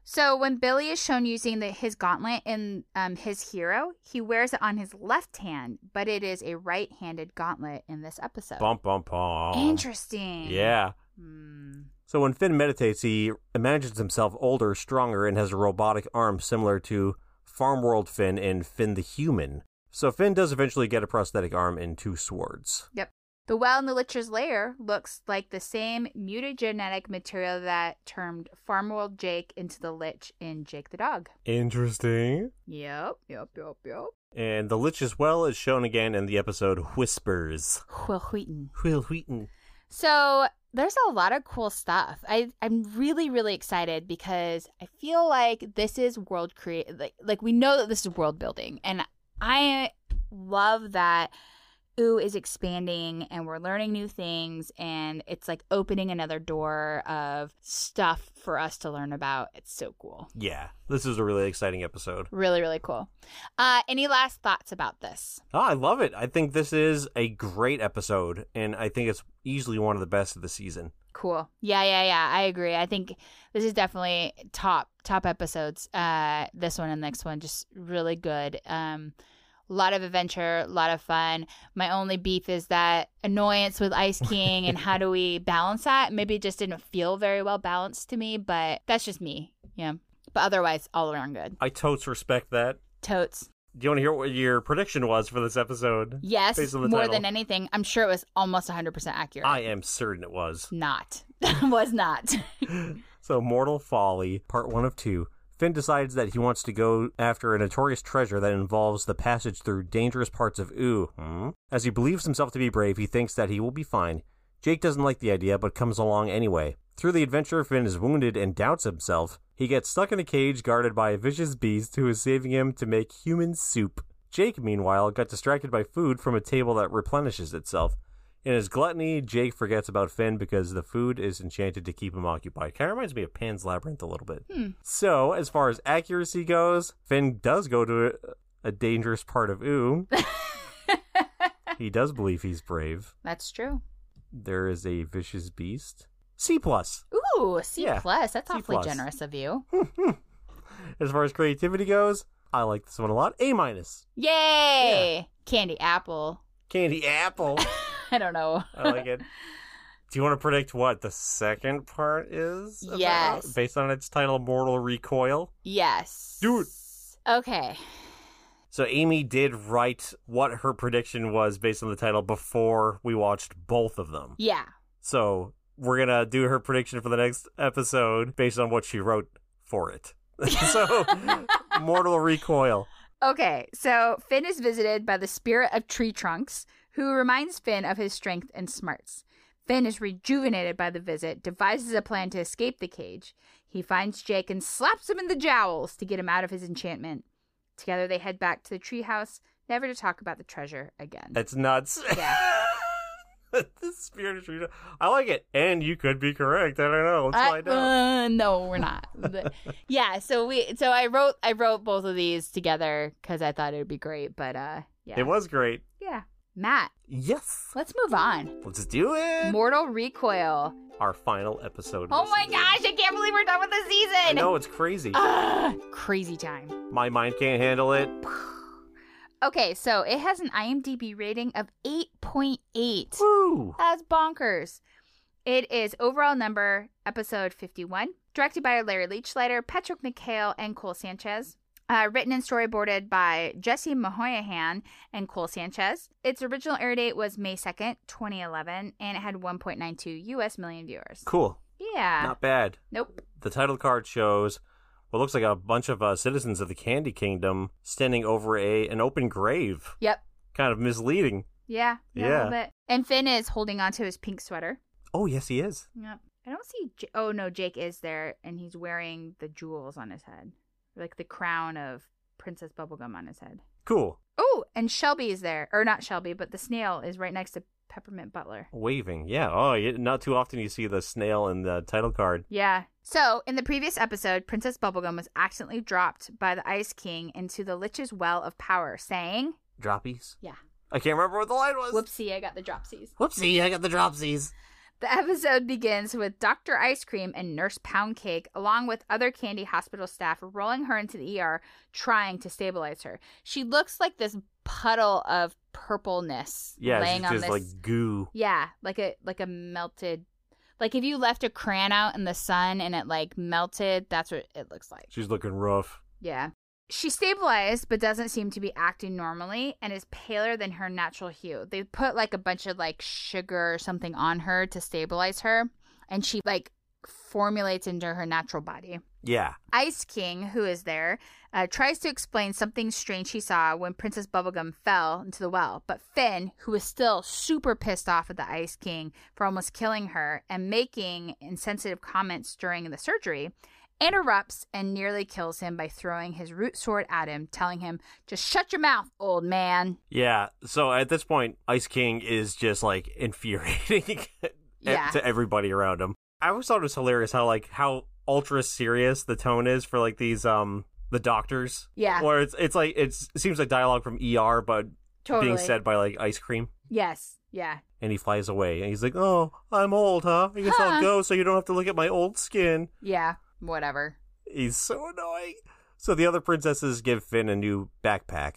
[SPEAKER 4] So when Billy is shown using the, his gauntlet in um, his hero, he wears it on his left hand, but it is a right-handed gauntlet in this episode.
[SPEAKER 5] Bum, bum, bum.
[SPEAKER 4] Interesting.
[SPEAKER 5] Yeah.
[SPEAKER 4] Hmm.
[SPEAKER 5] So, when Finn meditates, he imagines himself older, stronger, and has a robotic arm similar to Farm World Finn and Finn the Human. So, Finn does eventually get a prosthetic arm and two swords.
[SPEAKER 4] Yep. The well in the Licher's lair looks like the same mutagenetic material that turned Farmworld Jake into the Lich in Jake the Dog.
[SPEAKER 5] Interesting.
[SPEAKER 4] Yep, yep, yep, yep.
[SPEAKER 5] And the Lich as well is shown again in the episode Whispers.
[SPEAKER 4] Well, Wheaton.
[SPEAKER 5] Will Wheaton.
[SPEAKER 4] So there's a lot of cool stuff. I I'm really really excited because I feel like this is world create like like we know that this is world building and I love that ooh is expanding and we're learning new things and it's like opening another door of stuff for us to learn about. It's so cool.
[SPEAKER 5] Yeah, this is a really exciting episode.
[SPEAKER 4] Really really cool. Uh any last thoughts about this?
[SPEAKER 5] Ah, I love it. I think this is a great episode, and I think it's easily one of the best of the season.
[SPEAKER 4] Cool. Yeah, yeah, yeah. I agree. I think this is definitely top top episodes. Uh this one and the next one just really good. Um a lot of adventure, a lot of fun. My only beef is that annoyance with Ice King and how do we balance that? Maybe it just didn't feel very well balanced to me, but that's just me. Yeah. But otherwise, all around good.
[SPEAKER 5] I totes respect that.
[SPEAKER 4] Totes.
[SPEAKER 5] Do you want to hear what your prediction was for this episode?
[SPEAKER 4] Yes,
[SPEAKER 5] Based on
[SPEAKER 4] more
[SPEAKER 5] the title.
[SPEAKER 4] than anything. I'm sure it was almost 100% accurate.
[SPEAKER 5] I am certain it was.
[SPEAKER 4] not. was not.
[SPEAKER 5] So, Mortal Folly, part one of two. Finn decides that he wants to go after a notorious treasure that involves the passage through dangerous parts of Ooh. Hmm? As he believes himself to be brave, he thinks that he will be fine. Jake doesn't like the idea, but comes along anyway. Through the adventure, Finn is wounded and doubts himself. He gets stuck in a cage guarded by a vicious beast who is saving him to make human soup. Jake, meanwhile, got distracted by food from a table that replenishes itself. In his gluttony, Jake forgets about Finn because the food is enchanted to keep him occupied. Kind of reminds me of Pan's Labyrinth a little bit. So, as far as accuracy goes, Finn does go to a, a dangerous part of Oom. he does believe he's brave.
[SPEAKER 4] That's true.
[SPEAKER 5] There is a vicious beast. C plus.
[SPEAKER 4] Ooh, C
[SPEAKER 5] Yeah,
[SPEAKER 4] plus. That's
[SPEAKER 5] C
[SPEAKER 4] awfully
[SPEAKER 5] plus.
[SPEAKER 4] generous of you.
[SPEAKER 5] As far as creativity goes, I like this one a lot. A minus.
[SPEAKER 4] Yay! Candy apple.
[SPEAKER 5] Candy apple.
[SPEAKER 4] I don't know.
[SPEAKER 5] I like it. Do you want to predict what the second part is? about?
[SPEAKER 4] Yes.
[SPEAKER 5] Based on its title, Mortal Recoil.
[SPEAKER 4] Yes.
[SPEAKER 5] Do it.
[SPEAKER 4] Okay.
[SPEAKER 5] So Amy did write what her prediction was based on the title before we watched both of them.
[SPEAKER 4] Yeah.
[SPEAKER 5] So we're gonna do her prediction for the next episode based on what she wrote for it. so Mortal Recoil.
[SPEAKER 4] Okay. So Finn is visited by the spirit of Tree Trunks, who reminds Finn of his strength and smarts. Finn is rejuvenated by the visit, devises a plan to escape the cage. He finds Jake and slaps him in the jowls to get him out of his enchantment. Together they head back to the treehouse, never to talk about the treasure again.
[SPEAKER 5] That's nuts. the spirit of Trina. I like it. And you could be correct. I don't know. Let's
[SPEAKER 4] I-
[SPEAKER 5] find out.
[SPEAKER 4] uh, no, we're not. But- yeah, so we so I wrote I wrote both of these together because I thought it would be great, but uh, yeah,
[SPEAKER 5] It was great.
[SPEAKER 4] yeah. Matt,
[SPEAKER 5] Yes.
[SPEAKER 4] let's move on.
[SPEAKER 5] Let's do it.
[SPEAKER 4] Mortal Recoil.
[SPEAKER 5] Our final episode. of
[SPEAKER 4] Oh
[SPEAKER 5] the
[SPEAKER 4] my Uh,
[SPEAKER 5] season.
[SPEAKER 4] gosh, I can't believe we're done with the
[SPEAKER 5] I
[SPEAKER 4] season.
[SPEAKER 5] know it's crazy.
[SPEAKER 4] Ugh, crazy time.
[SPEAKER 5] my mind can't handle it.
[SPEAKER 4] Okay, so it has an IMDb rating of eight point eight.
[SPEAKER 5] Woo!
[SPEAKER 4] That's bonkers. It is overall number episode 51, directed by Larry Leachlighter, Patrick McHale, and Cole Sanchez. Uh, written and storyboarded by Jesse Mahoyahan and Cole Sanchez. Its original air date was May 2nd, 2011, and it had 1.92 US million viewers.
[SPEAKER 5] Cool.
[SPEAKER 4] Yeah.
[SPEAKER 5] Not bad.
[SPEAKER 4] Nope.
[SPEAKER 5] The title card shows what looks like a bunch of uh, citizens of the Candy Kingdom standing over a an open grave.
[SPEAKER 4] Yep.
[SPEAKER 5] Kind of misleading.
[SPEAKER 4] Yeah. yeah. A
[SPEAKER 5] Yeah.
[SPEAKER 4] little bit. And Finn is holding onto his pink sweater.
[SPEAKER 5] Oh, yes, he is.
[SPEAKER 4] Yep. I don't see. J- oh no, Jake is there, and he's wearing the jewels on his head, like the crown of Princess Bubblegum on his head.
[SPEAKER 5] Cool.
[SPEAKER 4] Oh, and Shelby is there, or not Shelby, but the snail is right next to Peppermint Butler.
[SPEAKER 5] Waving. Yeah. Oh, y not too often you see the snail in the title card.
[SPEAKER 4] Yeah. So in the previous episode, Princess Bubblegum was accidentally dropped by the Ice King into the Lich's Well of Power, saying,
[SPEAKER 5] Droppies?
[SPEAKER 4] "Yeah,
[SPEAKER 5] I can't remember what the line was.
[SPEAKER 4] whoopsie, I got the dropsies."
[SPEAKER 5] Whoopsie, I got the dropsies.
[SPEAKER 4] The episode begins with Dr. Ice Cream and Nurse Pound Cake, along with other Candy hospital staff, rolling her into the ER, trying to stabilize her. She looks like this puddle of purpleness
[SPEAKER 5] Yeah,
[SPEAKER 4] laying
[SPEAKER 5] she's
[SPEAKER 4] on
[SPEAKER 5] just
[SPEAKER 4] this.
[SPEAKER 5] like goo.
[SPEAKER 4] yeah, like a like a melted, like if you left a crayon out in the sun and it like melted, that's what it looks like.
[SPEAKER 5] She's looking rough.
[SPEAKER 4] Yeah. She stabilized but doesn't seem to be acting normally and is paler than her natural hue. They put like a bunch of like sugar or something on her to stabilize her and she like formulates into her natural body.
[SPEAKER 5] Yeah.
[SPEAKER 4] Ice King, who is there, uh, tries to explain something strange he saw when Princess Bubblegum fell into the well. But Finn, who is still super pissed off at the Ice King for almost killing her and making insensitive comments during the surgery, interrupts and nearly kills him by throwing his root sword at him, telling him, Just shut your mouth, old man.
[SPEAKER 5] Yeah. So at this point, Ice King is just like infuriating e-,
[SPEAKER 4] Yeah.
[SPEAKER 5] to everybody around him. I always thought it was hilarious how like how ultra serious the tone is for like these um the doctors.
[SPEAKER 4] Yeah.
[SPEAKER 5] Where it's it's like it's, it seems like dialogue from ER, but
[SPEAKER 4] Totally.
[SPEAKER 5] being said by like ice cream.
[SPEAKER 4] Yes. Yeah.
[SPEAKER 5] And he flies away, and he's like, "Oh, I'm old, huh? You can
[SPEAKER 4] Huh.
[SPEAKER 5] all go, so you don't have to look at my old skin."
[SPEAKER 4] Yeah. Whatever.
[SPEAKER 5] He's so annoying. So the other princesses give Finn a new backpack.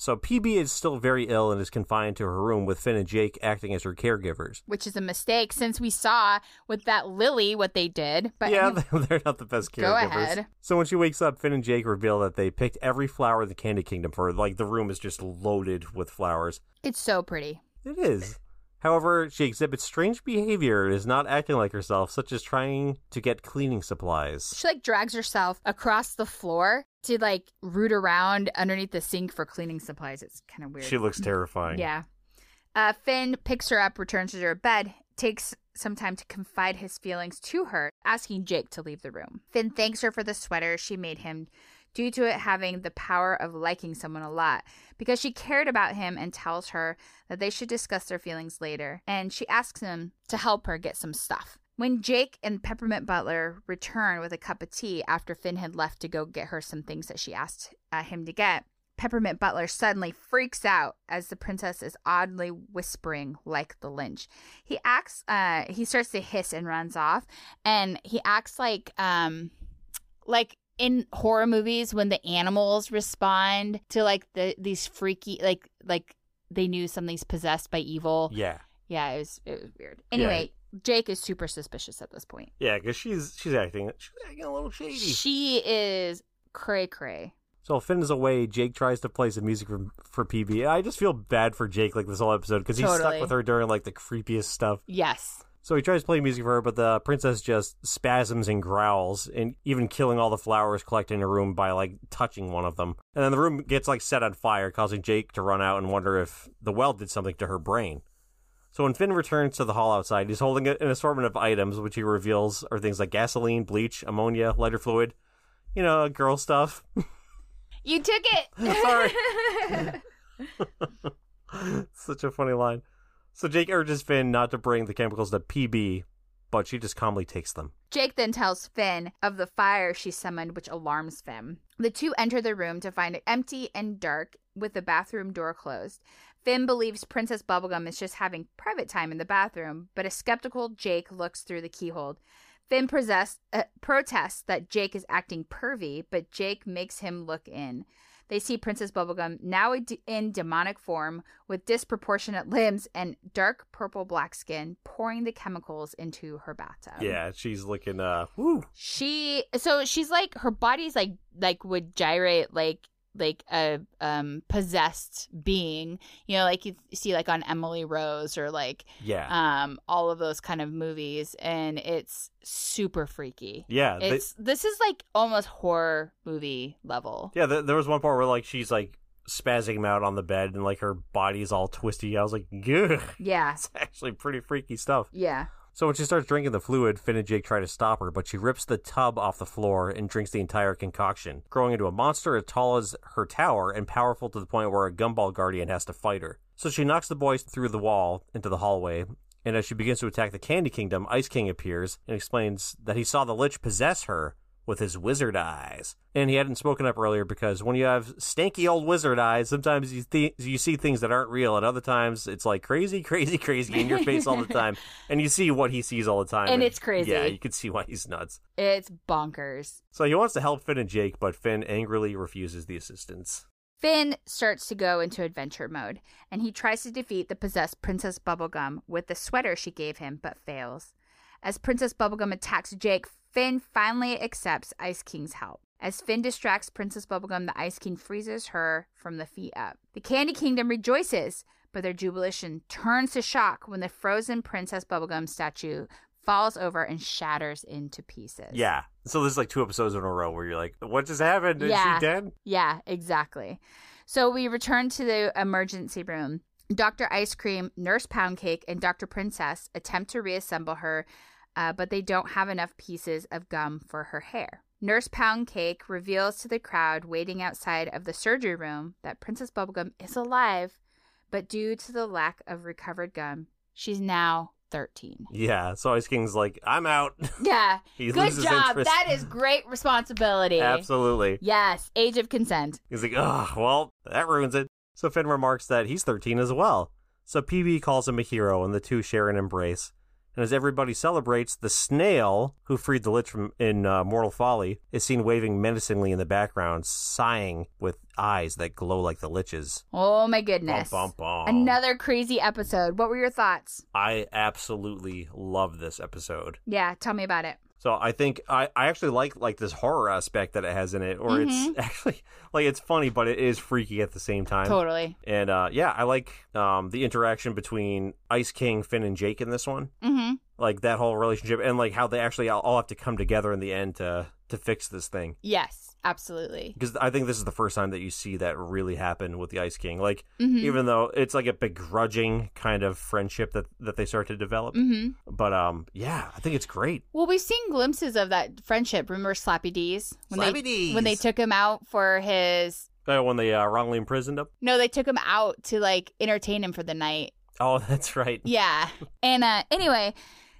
[SPEAKER 5] So PB is still very ill and is confined to her room with Finn and Jake acting as her caregivers.
[SPEAKER 4] Which is a mistake since we saw with that Lily what they did. But
[SPEAKER 5] yeah, they're not the best
[SPEAKER 4] Go
[SPEAKER 5] caregivers.
[SPEAKER 4] ahead.
[SPEAKER 5] So when she wakes up, Finn and Jake reveal that they picked every flower in the Candy Kingdom for her. Like the room is just loaded with flowers.
[SPEAKER 4] it's so pretty.
[SPEAKER 5] It is. However, she exhibits strange behavior and is not acting like herself, such as trying to get cleaning supplies.
[SPEAKER 4] She like drags herself across the floor to like root around underneath the sink for cleaning supplies. It's kind of weird.
[SPEAKER 5] She looks terrifying.
[SPEAKER 4] yeah. Uh, Finn picks her up, returns her to her bed, takes some time to confide his feelings to her, asking Jake to leave the room. Finn thanks her for the sweater she made him due to it having the power of liking someone a lot because she cared about him and tells her that they should discuss their feelings later and she asks him to help her get some stuff. When Jake and Peppermint Butler return with a cup of tea after Finn had left to go get her some things that she asked uh, him to get, Peppermint Butler suddenly freaks out as the princess is oddly whispering like the Lynch. He acts, uh, he starts to hiss and runs off, and he acts like, um, like in horror movies when the animals respond to like the these freaky, like like they knew something's possessed by evil.
[SPEAKER 5] Yeah.
[SPEAKER 4] Yeah, it was it was weird. Anyway, Jake is super suspicious at this point.
[SPEAKER 5] Yeah, because she's she's acting she's acting a little shady.
[SPEAKER 4] She is cray cray.
[SPEAKER 5] So Finn is away. Jake tries to play some music for, for PB. I just feel bad for Jake like this whole episode because he's
[SPEAKER 4] Totally.
[SPEAKER 5] stuck with her during like the creepiest stuff.
[SPEAKER 4] Yes.
[SPEAKER 5] So he tries to play music for her, but the princess just spasms and growls, and even killing all the flowers collected in her room by like touching one of them. And then the room gets like set on fire, causing Jake to run out and wonder if the well did something to her brain. So when Finn returns to the hall outside, he's holding a- an assortment of items, which he reveals are things like gasoline, bleach, ammonia, lighter fluid, you know, girl stuff.
[SPEAKER 4] You took it.
[SPEAKER 5] Sorry. Such a funny line. So Jake urges Finn not to bring the chemicals to PB, but she just calmly takes them.
[SPEAKER 4] Jake then tells Finn of the fire she summoned, which alarms Finn. The two enter the room to find it empty and dark with the bathroom door closed. Finn believes Princess Bubblegum is just having private time in the bathroom, but a skeptical Jake looks through the keyhole. Finn possess, uh, protests that Jake is acting pervy, but Jake makes him look in. They see Princess Bubblegum now ad- in demonic form with disproportionate limbs and dark purple black skin pouring the chemicals into her bathtub.
[SPEAKER 5] yeah, she's looking uh woo.
[SPEAKER 4] She so she's like her body's like like would gyrate like like a um possessed being. You know, like you see like on Emily Rose or like
[SPEAKER 5] Yeah.
[SPEAKER 4] um all of those kind of movies and it's super freaky.
[SPEAKER 5] yeah. they-
[SPEAKER 4] It's this is like almost horror movie level.
[SPEAKER 5] yeah, th- there was one part where like she's like spazzing out on the bed and like her body's all twisty. I was like, Gugh.
[SPEAKER 4] Yeah.
[SPEAKER 5] It's actually pretty freaky stuff.
[SPEAKER 4] Yeah.
[SPEAKER 5] So when she starts drinking the fluid, Finn and Jake try to stop her, but she rips the tub off the floor and drinks the entire concoction, growing into a monster as tall as her tower and powerful to the point where a gumball guardian has to fight her. So she knocks the boys through the wall into the hallway, and as she begins to attack the Candy Kingdom, Ice King appears and explains that he saw the Lich possess her with his wizard eyes. And he hadn't spoken up earlier because when you have stanky old wizard eyes, sometimes you, th- you see things that aren't real, and other times it's like crazy, crazy, crazy in your face all the time. And you see what he sees all the time.
[SPEAKER 4] And it's crazy.
[SPEAKER 5] Yeah, you can see why he's nuts.
[SPEAKER 4] It's bonkers.
[SPEAKER 5] So he wants to help Finn and Jake, but Finn angrily refuses the assistance.
[SPEAKER 4] Finn starts to go into adventure mode, and he tries to defeat the possessed Princess Bubblegum with the sweater she gave him, but fails. As Princess Bubblegum attacks Jake, Finn finally accepts Ice King's help. As Finn distracts Princess Bubblegum, the Ice King freezes her from the feet up. The Candy Kingdom rejoices, but their jubilation turns to shock when the frozen Princess Bubblegum statue falls over and shatters into pieces.
[SPEAKER 5] Yeah. So there's like two episodes in a row where you're like, what just happened? Is
[SPEAKER 4] Yeah.
[SPEAKER 5] she dead?
[SPEAKER 4] Yeah, exactly. So we return to the emergency room. Dr. Ice Cream, Nurse Poundcake, and Dr. Princess attempt to reassemble her, uh, but they don't have enough pieces of gum for her hair. Nurse Poundcake reveals to the crowd waiting outside of the surgery room that Princess Bubblegum is alive, but due to the lack of recovered gum, she's now 13.
[SPEAKER 5] Yeah. So Ice King's like, I'm out.
[SPEAKER 4] Yeah.
[SPEAKER 5] He
[SPEAKER 4] Good
[SPEAKER 5] loses
[SPEAKER 4] job.
[SPEAKER 5] interest.
[SPEAKER 4] That is great responsibility.
[SPEAKER 5] Absolutely.
[SPEAKER 4] Yes. Age of consent.
[SPEAKER 5] He's like, oh, well, that ruins it. So Finn remarks that he's 13 as well. So PB calls him a hero, and the two share an embrace. And as everybody celebrates, the snail, who freed the lich from in uh, Mortal Folly, is seen waving menacingly in the background, sighing with eyes that glow like the lich's.
[SPEAKER 4] Oh my goodness.
[SPEAKER 5] Bum, bum, bum.
[SPEAKER 4] Another crazy episode. What were your thoughts?
[SPEAKER 5] I absolutely love this episode.
[SPEAKER 4] Yeah, tell me about it.
[SPEAKER 5] So I think I, I actually like like this horror aspect that it has in it, or it's actually like it's funny, but it is freaky at the same time.
[SPEAKER 4] Totally.
[SPEAKER 5] And uh, yeah, I like um, the interaction between Ice King, Finn, and Jake in this one.
[SPEAKER 4] Mm-hmm.
[SPEAKER 5] Like that whole relationship, and like how they actually all- all have to come together in the end to to fix this thing.
[SPEAKER 4] Yes, absolutely.
[SPEAKER 5] Because I think this is the first time that you see that really happen with the Ice King. Like
[SPEAKER 4] Mhm.
[SPEAKER 5] even though it's like a begrudging kind of friendship that that they start to develop,
[SPEAKER 4] Mm-hmm.
[SPEAKER 5] but um, yeah, I think it's great.
[SPEAKER 4] Well, we've seen glimpses of that friendship. Remember Slappy D's when
[SPEAKER 5] Slappy
[SPEAKER 4] they
[SPEAKER 5] D's.
[SPEAKER 4] when they took him out for his
[SPEAKER 5] Uh, when they uh, wrongly imprisoned him.
[SPEAKER 4] no, they took him out to like entertain him for the night.
[SPEAKER 5] Oh, that's right.
[SPEAKER 4] Yeah. And uh, anyway,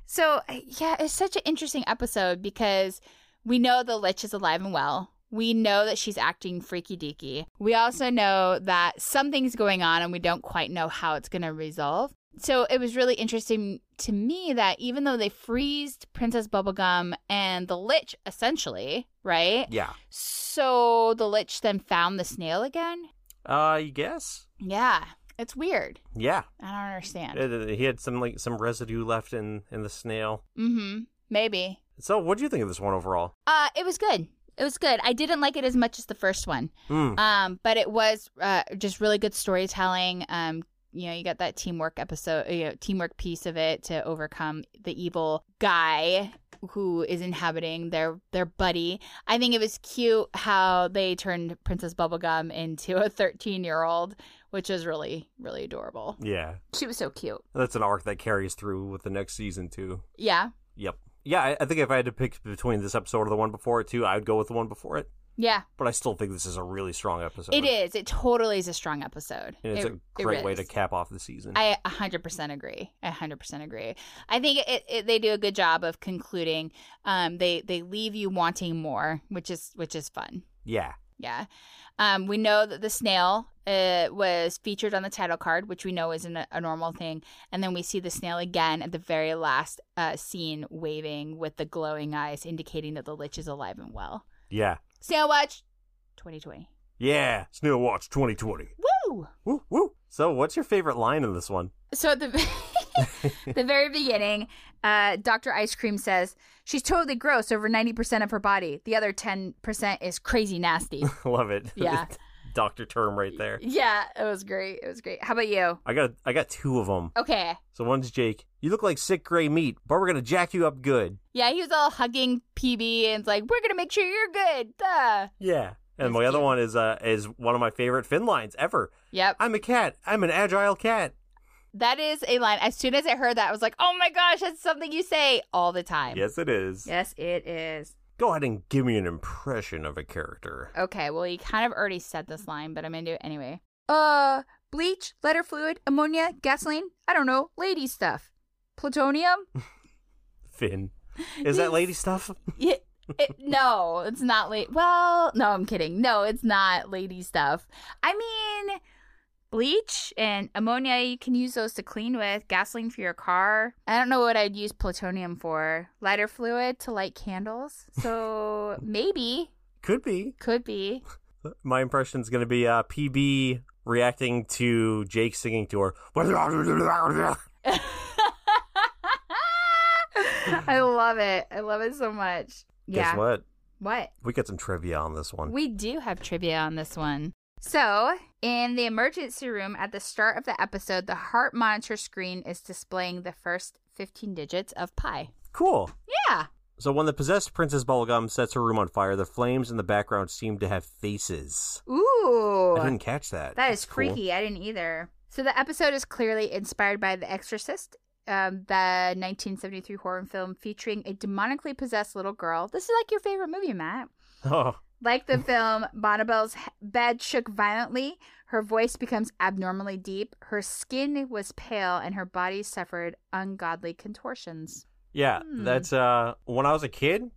[SPEAKER 4] so yeah, it's such an interesting episode because we know the Lich is alive and well. We know that she's acting freaky deaky. We also know that something's going on and we don't quite know how it's going to resolve. So it was really interesting to me that even though they freezed Princess Bubblegum and the Lich essentially, right?
[SPEAKER 5] Yeah.
[SPEAKER 4] So the Lich then found the snail again?
[SPEAKER 5] Uh, I guess.
[SPEAKER 4] Yeah. It's weird.
[SPEAKER 5] Yeah.
[SPEAKER 4] I don't understand.
[SPEAKER 5] Uh, He had some like some residue left in in the snail.
[SPEAKER 4] mm-hmm. Maybe.
[SPEAKER 5] So, what do you think of this one overall?
[SPEAKER 4] Uh, it was good. It was good. I didn't like it as much as the first one,
[SPEAKER 5] Hmm.
[SPEAKER 4] um, but it was uh, just really good storytelling. Um, you know, you got that teamwork episode, you know, teamwork piece of it to overcome the evil guy who is inhabiting their their buddy. I think it was cute how they turned Princess Bubblegum into a thirteen year old, which was really really adorable.
[SPEAKER 5] Yeah,
[SPEAKER 4] She was so cute.
[SPEAKER 5] that's an arc that carries through with the next season too.
[SPEAKER 4] Yeah,
[SPEAKER 5] Yep. Yeah, I, I think if I had to pick between this episode or the one before it too, I would go with the one before it.
[SPEAKER 4] yeah,
[SPEAKER 5] But I still think this is a really strong episode.
[SPEAKER 4] it is. It totally is a strong episode.
[SPEAKER 5] And it's
[SPEAKER 4] It-
[SPEAKER 5] a
[SPEAKER 4] it
[SPEAKER 5] great way
[SPEAKER 4] is.
[SPEAKER 5] to cap off the season.
[SPEAKER 4] I 100% agree. I 100% agree. I think it, it, they do a good job of concluding. Um, they they leave you wanting more, which is which is fun.
[SPEAKER 5] yeah.
[SPEAKER 4] Yeah. Um, we know that the snail uh, was featured on the title card, which we know isn't a, a normal thing. And then we see the snail again at the very last uh, scene, waving with the glowing eyes, indicating that the lich is alive and well.
[SPEAKER 5] Yeah.
[SPEAKER 4] Snail watch, 2020.
[SPEAKER 5] Yeah. Snail Watch 2020.
[SPEAKER 4] Woo!
[SPEAKER 5] Woo woo. So, what's your favorite line in this one?
[SPEAKER 4] So at the the very beginning, uh, Doctor Ice Cream says she's totally gross over ninety percent of her body. The other ten percent is crazy nasty.
[SPEAKER 5] Love it.
[SPEAKER 4] Yeah.
[SPEAKER 5] Doctor term right there.
[SPEAKER 4] yeah, it was great. It was great. How about you?
[SPEAKER 5] I got I got two of them.
[SPEAKER 4] Okay.
[SPEAKER 5] So one's Jake. You look like sick gray meat, but we're gonna jack you up good.
[SPEAKER 4] Yeah, he was all hugging PB and it's like, "We're gonna make sure you're good." Duh.
[SPEAKER 5] Yeah. And
[SPEAKER 4] That's
[SPEAKER 5] my other
[SPEAKER 4] cute.
[SPEAKER 5] one is uh is one of my favorite fin lines ever.
[SPEAKER 4] Yep,
[SPEAKER 5] I'm a cat. I'm an agile cat.
[SPEAKER 4] that is a line. As soon as I heard that, I was like, "Oh my gosh, that's something you say all the time."
[SPEAKER 5] Yes, it is.
[SPEAKER 4] Yes, it is.
[SPEAKER 5] Go ahead and give me an impression of a character.
[SPEAKER 4] Okay, well, you kind of already said this line, but I'm gonna do it anyway. Uh, bleach, letter fluid, ammonia, gasoline. I don't know, lady stuff, plutonium.
[SPEAKER 5] Finn. Is that lady stuff?
[SPEAKER 4] Yeah, it, no, it's not late. Well, no, I'm kidding. No, it's not lady stuff. I mean, bleach and ammonia. You can use those to clean with gasoline for your car. I don't know what I'd use plutonium for. Lighter fluid to light candles. So maybe
[SPEAKER 5] Could be.
[SPEAKER 4] could be.
[SPEAKER 5] My impression's gonna be uh PB reacting to Jake singing to her.
[SPEAKER 4] I love it. I love it so much.
[SPEAKER 5] Guess
[SPEAKER 4] yeah.
[SPEAKER 5] what?
[SPEAKER 4] What?
[SPEAKER 5] We got some trivia on this one.
[SPEAKER 4] We do have trivia on this one. So, in the emergency room at the start of the episode, the heart monitor screen is displaying the first 15 digits of pi.
[SPEAKER 5] cool.
[SPEAKER 4] Yeah.
[SPEAKER 5] So when the possessed Princess Bubblegum sets her room on fire, the flames in the background seem to have faces.
[SPEAKER 4] Ooh.
[SPEAKER 5] I didn't catch that.
[SPEAKER 4] That is
[SPEAKER 5] That's cool.
[SPEAKER 4] freaky. I didn't either. So the episode is clearly inspired by The Exorcist, um, the 1973 horror film featuring a demonically possessed little girl. This is like your favorite movie, Matt.
[SPEAKER 5] Oh,
[SPEAKER 4] Like the film, Bonnabelle's he- bed shook violently. Her voice becomes abnormally deep. Her skin was pale, and her body suffered ungodly contortions.
[SPEAKER 5] yeah.
[SPEAKER 4] Hmm.
[SPEAKER 5] That's uh. When I was a kid,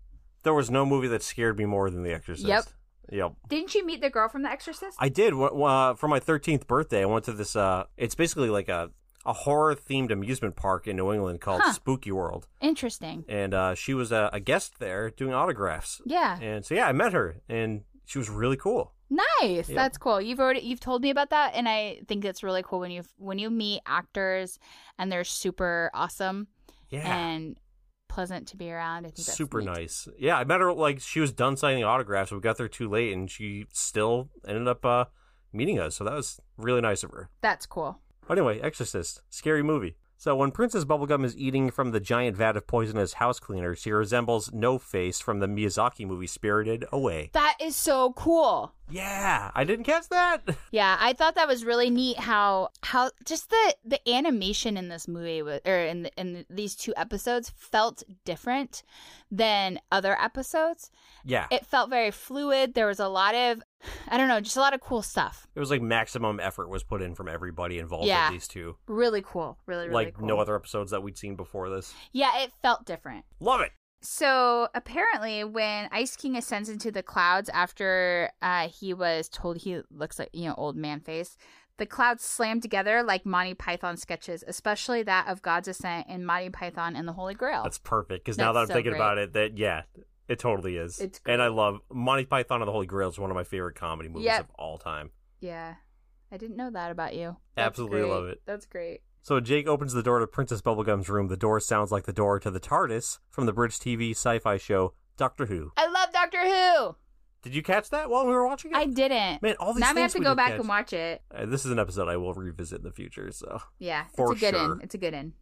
[SPEAKER 5] there was no movie that scared me more than The Exorcist.
[SPEAKER 4] Yep.
[SPEAKER 5] Yep.
[SPEAKER 4] Didn't you meet the girl from The Exorcist?
[SPEAKER 5] I did. Wh- wh- Uh, for my 13th birthday, I went to this. Uh, it's basically like a a horror themed amusement park in New England called
[SPEAKER 4] Huh.
[SPEAKER 5] Spooky World,
[SPEAKER 4] Interesting.
[SPEAKER 5] and uh, she was a, a guest there doing autographs.
[SPEAKER 4] Yeah.
[SPEAKER 5] And so yeah, I met her, and she was really cool.
[SPEAKER 4] Nice.
[SPEAKER 5] Yep.
[SPEAKER 4] That's cool. You've already you've told me about that and I think it's really cool when you when you meet actors and they're super awesome
[SPEAKER 5] Yeah.
[SPEAKER 4] and pleasant to be around. I think that's
[SPEAKER 5] Super
[SPEAKER 4] neat.
[SPEAKER 5] nice. Yeah, I met her like she was done signing autographs. We got there too late, and she still ended up uh, meeting us. So that was really nice of her.
[SPEAKER 4] That's cool.
[SPEAKER 5] Anyway, Exorcist, scary movie. So when Princess Bubblegum is eating from the giant vat of poisonous house cleaner, she resembles No Face from the Miyazaki movie Spirited Away.
[SPEAKER 4] That is so cool.
[SPEAKER 5] Yeah, I didn't catch that.
[SPEAKER 4] Yeah, I thought that was really neat how how just the the animation in this movie was, or in the, in these two episodes felt different than other episodes.
[SPEAKER 5] Yeah, it,
[SPEAKER 4] It felt very fluid. There was a lot of I don't know, just a lot of cool stuff.
[SPEAKER 5] was like maximum effort was put in from everybody involved
[SPEAKER 4] Yeah.
[SPEAKER 5] with these two.
[SPEAKER 4] Really cool. Really really
[SPEAKER 5] like
[SPEAKER 4] cool.
[SPEAKER 5] no other episodes that we'd seen before this.
[SPEAKER 4] Yeah, it felt different.
[SPEAKER 5] Love it.
[SPEAKER 4] So apparently, when Ice King ascends into the clouds after uh, he was told he looks like you know old man face, the clouds slam together like Monty Python sketches, especially that of God's Ascent in Monty Python and the Holy Grail.
[SPEAKER 5] That's perfect because now that I'm
[SPEAKER 4] That's so
[SPEAKER 5] thinking
[SPEAKER 4] great.
[SPEAKER 5] about it, that yeah, it totally is.
[SPEAKER 4] It's
[SPEAKER 5] and I love Monty Python and the Holy Grail is one of my favorite comedy movies
[SPEAKER 4] Yep.
[SPEAKER 5] of all time.
[SPEAKER 4] yeah, I didn't know that about you.
[SPEAKER 5] Absolutely love it.
[SPEAKER 4] That's great.
[SPEAKER 5] So Jake opens the door to Princess Bubblegum's room. The door sounds like the door to the TARDIS from the Bridge TV sci-fi show Doctor Who.
[SPEAKER 4] I love Doctor Who.
[SPEAKER 5] Did you catch that while we were watching it?
[SPEAKER 4] I didn't.
[SPEAKER 5] Man, all these
[SPEAKER 4] now I'm gonna have
[SPEAKER 5] things
[SPEAKER 4] to
[SPEAKER 5] we
[SPEAKER 4] go
[SPEAKER 5] did
[SPEAKER 4] back
[SPEAKER 5] catch.
[SPEAKER 4] and watch it.
[SPEAKER 5] Uh, this is an episode I will revisit in the future. So,
[SPEAKER 4] Yeah,
[SPEAKER 5] For
[SPEAKER 4] it's a good
[SPEAKER 5] sure.
[SPEAKER 4] in. It's a good in.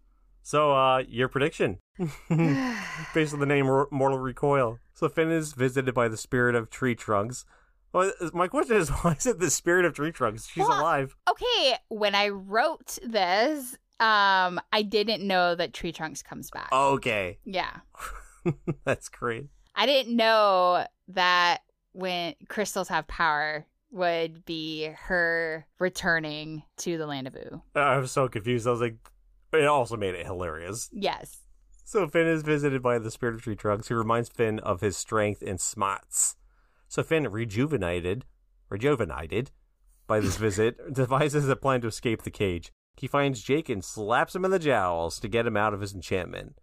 [SPEAKER 5] so uh, your prediction, Hmm. based on the name Mor- Mortal Recoil. So Finn is visited by the spirit of Tree Trunks. Well, is- my question is, why is it the spirit of Tree Trunks? She's
[SPEAKER 4] Well,
[SPEAKER 5] alive.
[SPEAKER 4] Okay, when I wrote this, um, I didn't know that Tree Trunks comes
[SPEAKER 5] Oh,
[SPEAKER 4] back.
[SPEAKER 5] Okay,
[SPEAKER 4] Yeah.
[SPEAKER 5] that's great.
[SPEAKER 4] I didn't know that when crystals have power would be her returning to the land of Ooh.
[SPEAKER 5] I was so confused. I was like, it also made it hilarious.
[SPEAKER 4] Yes.
[SPEAKER 5] So Finn is visited by the spirit of tree trunks, who reminds Finn of his strength and smots. So Finn, rejuvenated, rejuvenated by this visit, devises a plan to escape the cage. He finds Jake and slaps him in the jowls to get him out of his enchantment.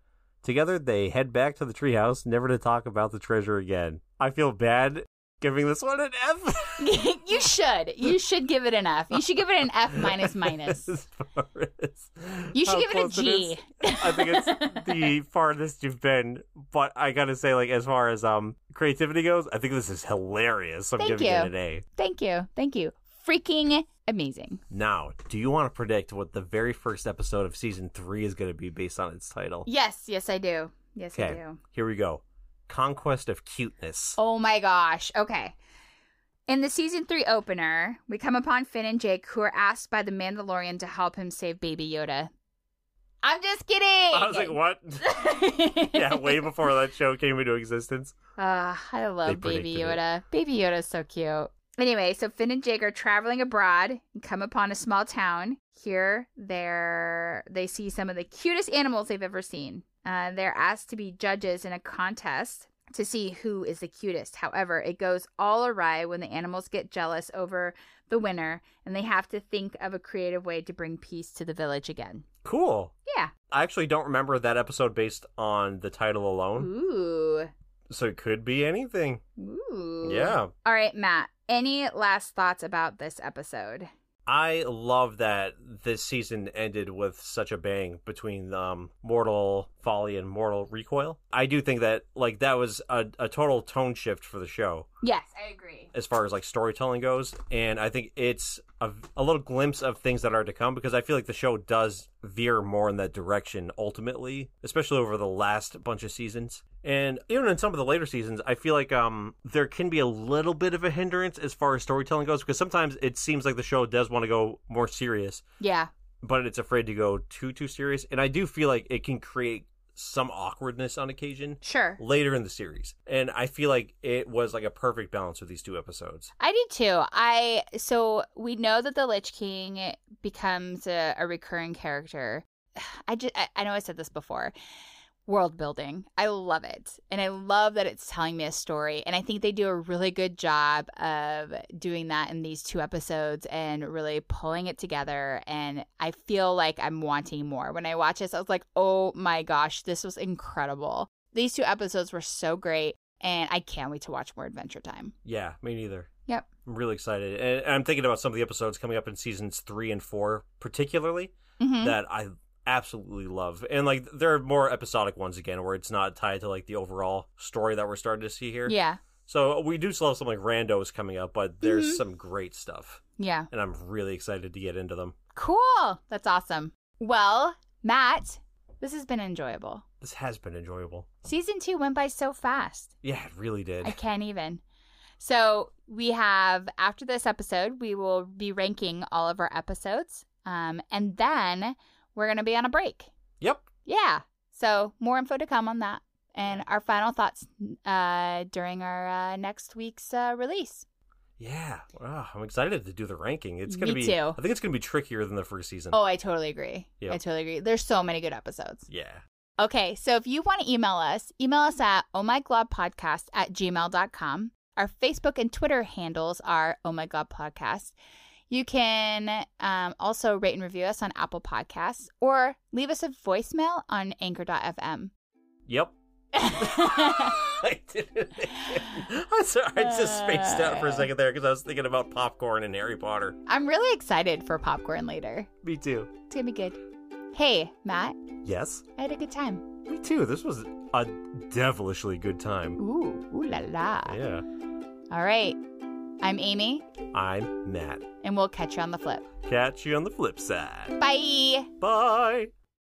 [SPEAKER 5] Together, they head back to the treehouse, never to talk about the treasure again. I feel bad giving this one an F.
[SPEAKER 4] you should. You should give it an F. You should give it an F minus minus.
[SPEAKER 5] As far as
[SPEAKER 4] You should
[SPEAKER 5] how
[SPEAKER 4] give it a
[SPEAKER 5] close is.
[SPEAKER 4] G.
[SPEAKER 5] I think it's the farthest you've been, but I gotta say, like as far as um creativity goes, I think this is hilarious. I'm
[SPEAKER 4] Thank
[SPEAKER 5] giving
[SPEAKER 4] you.
[SPEAKER 5] it an A.
[SPEAKER 4] Thank you. Thank you. Freaking amazing.
[SPEAKER 5] Now, do you want to predict what the very first episode of season three is going to be based on its title?
[SPEAKER 4] Yes, yes I do. Yes I
[SPEAKER 5] Okay,
[SPEAKER 4] do.
[SPEAKER 5] here we go. Conquest of cuteness.
[SPEAKER 4] Oh my gosh. Okay. In the season three opener, we come upon Finn and Jake, who are asked by the Mandalorian to help him save Baby Yoda. I'm just kidding.
[SPEAKER 5] I was like, what? yeah, way before that show came into existence.
[SPEAKER 4] Ah, I love
[SPEAKER 5] They
[SPEAKER 4] Baby
[SPEAKER 5] predicted it.
[SPEAKER 4] Yoda. Baby Yoda's so cute. Anyway, so Finn and Jake are traveling abroad and come upon a small town. Here, they're, they see some of the cutest animals they've ever seen. Uh, they're asked to be judges in a contest to see who is the cutest. However, it goes all awry when the animals get jealous over the winner and they have to think of a creative way to bring peace to the village again.
[SPEAKER 5] Cool.
[SPEAKER 4] Yeah.
[SPEAKER 5] I actually don't remember that episode based on the title alone,
[SPEAKER 4] Ooh.
[SPEAKER 5] so it could be anything.
[SPEAKER 4] Ooh.
[SPEAKER 5] Yeah.
[SPEAKER 4] All right, Matt, any last thoughts about this episode?
[SPEAKER 5] I love that this season ended with such a bang between um, Mortal Folly and Mortal Recoil. I do think that like that was a, a total tone shift for the show
[SPEAKER 4] Yes, I agree.
[SPEAKER 5] as far as like storytelling goes, and I think it's a, a little glimpse of things that are to come because I feel like the show does veer more in that direction ultimately, especially over the last bunch of seasons. And even in some of the later seasons, I feel like um there can be a little bit of a hindrance as far as storytelling goes because sometimes it seems like the show does want to go more serious,
[SPEAKER 4] Yeah.
[SPEAKER 5] but it's afraid to go too too serious, and I do feel like it can create some awkwardness on occasion
[SPEAKER 4] Sure.
[SPEAKER 5] later in the series. And I feel like it was like a perfect balance with these two episodes.
[SPEAKER 4] I do too. I so we know that the Lich King becomes a, a recurring character. I just I, I know I said this before. World building. I love it. And I love that it's telling me a story. And I think they do a really good job of doing that in these two episodes and really pulling it together. And I feel like I'm wanting more. When I watch this, I was like, oh my gosh, this was incredible. These two episodes were so great. And I can't wait to watch more Adventure Time.
[SPEAKER 5] Yeah, me neither.
[SPEAKER 4] Yep.
[SPEAKER 5] I'm really excited. And I'm thinking about some of the episodes coming up in seasons three and four, particularly,
[SPEAKER 4] Mm-hmm.
[SPEAKER 5] that I absolutely love. And like, there are more episodic ones again where it's not tied to like the overall story that we're starting to see here.
[SPEAKER 4] Yeah.
[SPEAKER 5] So we do still have some like randos coming up, but there's
[SPEAKER 4] Mm-hmm.
[SPEAKER 5] some great stuff.
[SPEAKER 4] Yeah.
[SPEAKER 5] And I'm really excited to get into them.
[SPEAKER 4] Cool. That's awesome. Well, Matt, this has been enjoyable.
[SPEAKER 5] This has been enjoyable.
[SPEAKER 4] Season two went by so fast.
[SPEAKER 5] Yeah, it really did.
[SPEAKER 4] I can't even. So we have after this episode, we will be ranking all of our episodes, um, and then we're gonna be on a break.
[SPEAKER 5] Yep.
[SPEAKER 4] Yeah. So more info to come on that, and our final thoughts uh, during our uh, next week's uh, release.
[SPEAKER 5] Yeah. Wow, I'm excited to do the ranking. It's gonna
[SPEAKER 4] Me
[SPEAKER 5] be
[SPEAKER 4] too.
[SPEAKER 5] I think it's gonna be trickier than the first season.
[SPEAKER 4] Oh, I totally agree.
[SPEAKER 5] Yep.
[SPEAKER 4] I totally agree. There's so many good episodes.
[SPEAKER 5] Yeah.
[SPEAKER 4] Okay, so if you want to email us, email us at ohmyglobpodcast at gmail.com. Our Facebook and Twitter handles are Oh My God Podcast. You can um, also rate and review us on Apple Podcasts or leave us a voicemail on anchor.fm.
[SPEAKER 5] Yep. I did it again. I'm sorry, I just spaced out for a second there because I was thinking about popcorn and Harry Potter.
[SPEAKER 4] I'm really excited for popcorn later.
[SPEAKER 5] Me too.
[SPEAKER 4] It's going to be good. Hey, Matt,
[SPEAKER 5] Yes.
[SPEAKER 4] I had a good time.
[SPEAKER 5] Me too. This was a devilishly good time.
[SPEAKER 4] Ooh, ooh la la.
[SPEAKER 5] Yeah.
[SPEAKER 4] All right. I'm Amy,
[SPEAKER 5] I'm Matt.
[SPEAKER 4] and we'll catch you on the flip.
[SPEAKER 5] Catch you on the flip side.
[SPEAKER 4] Bye.
[SPEAKER 5] Bye.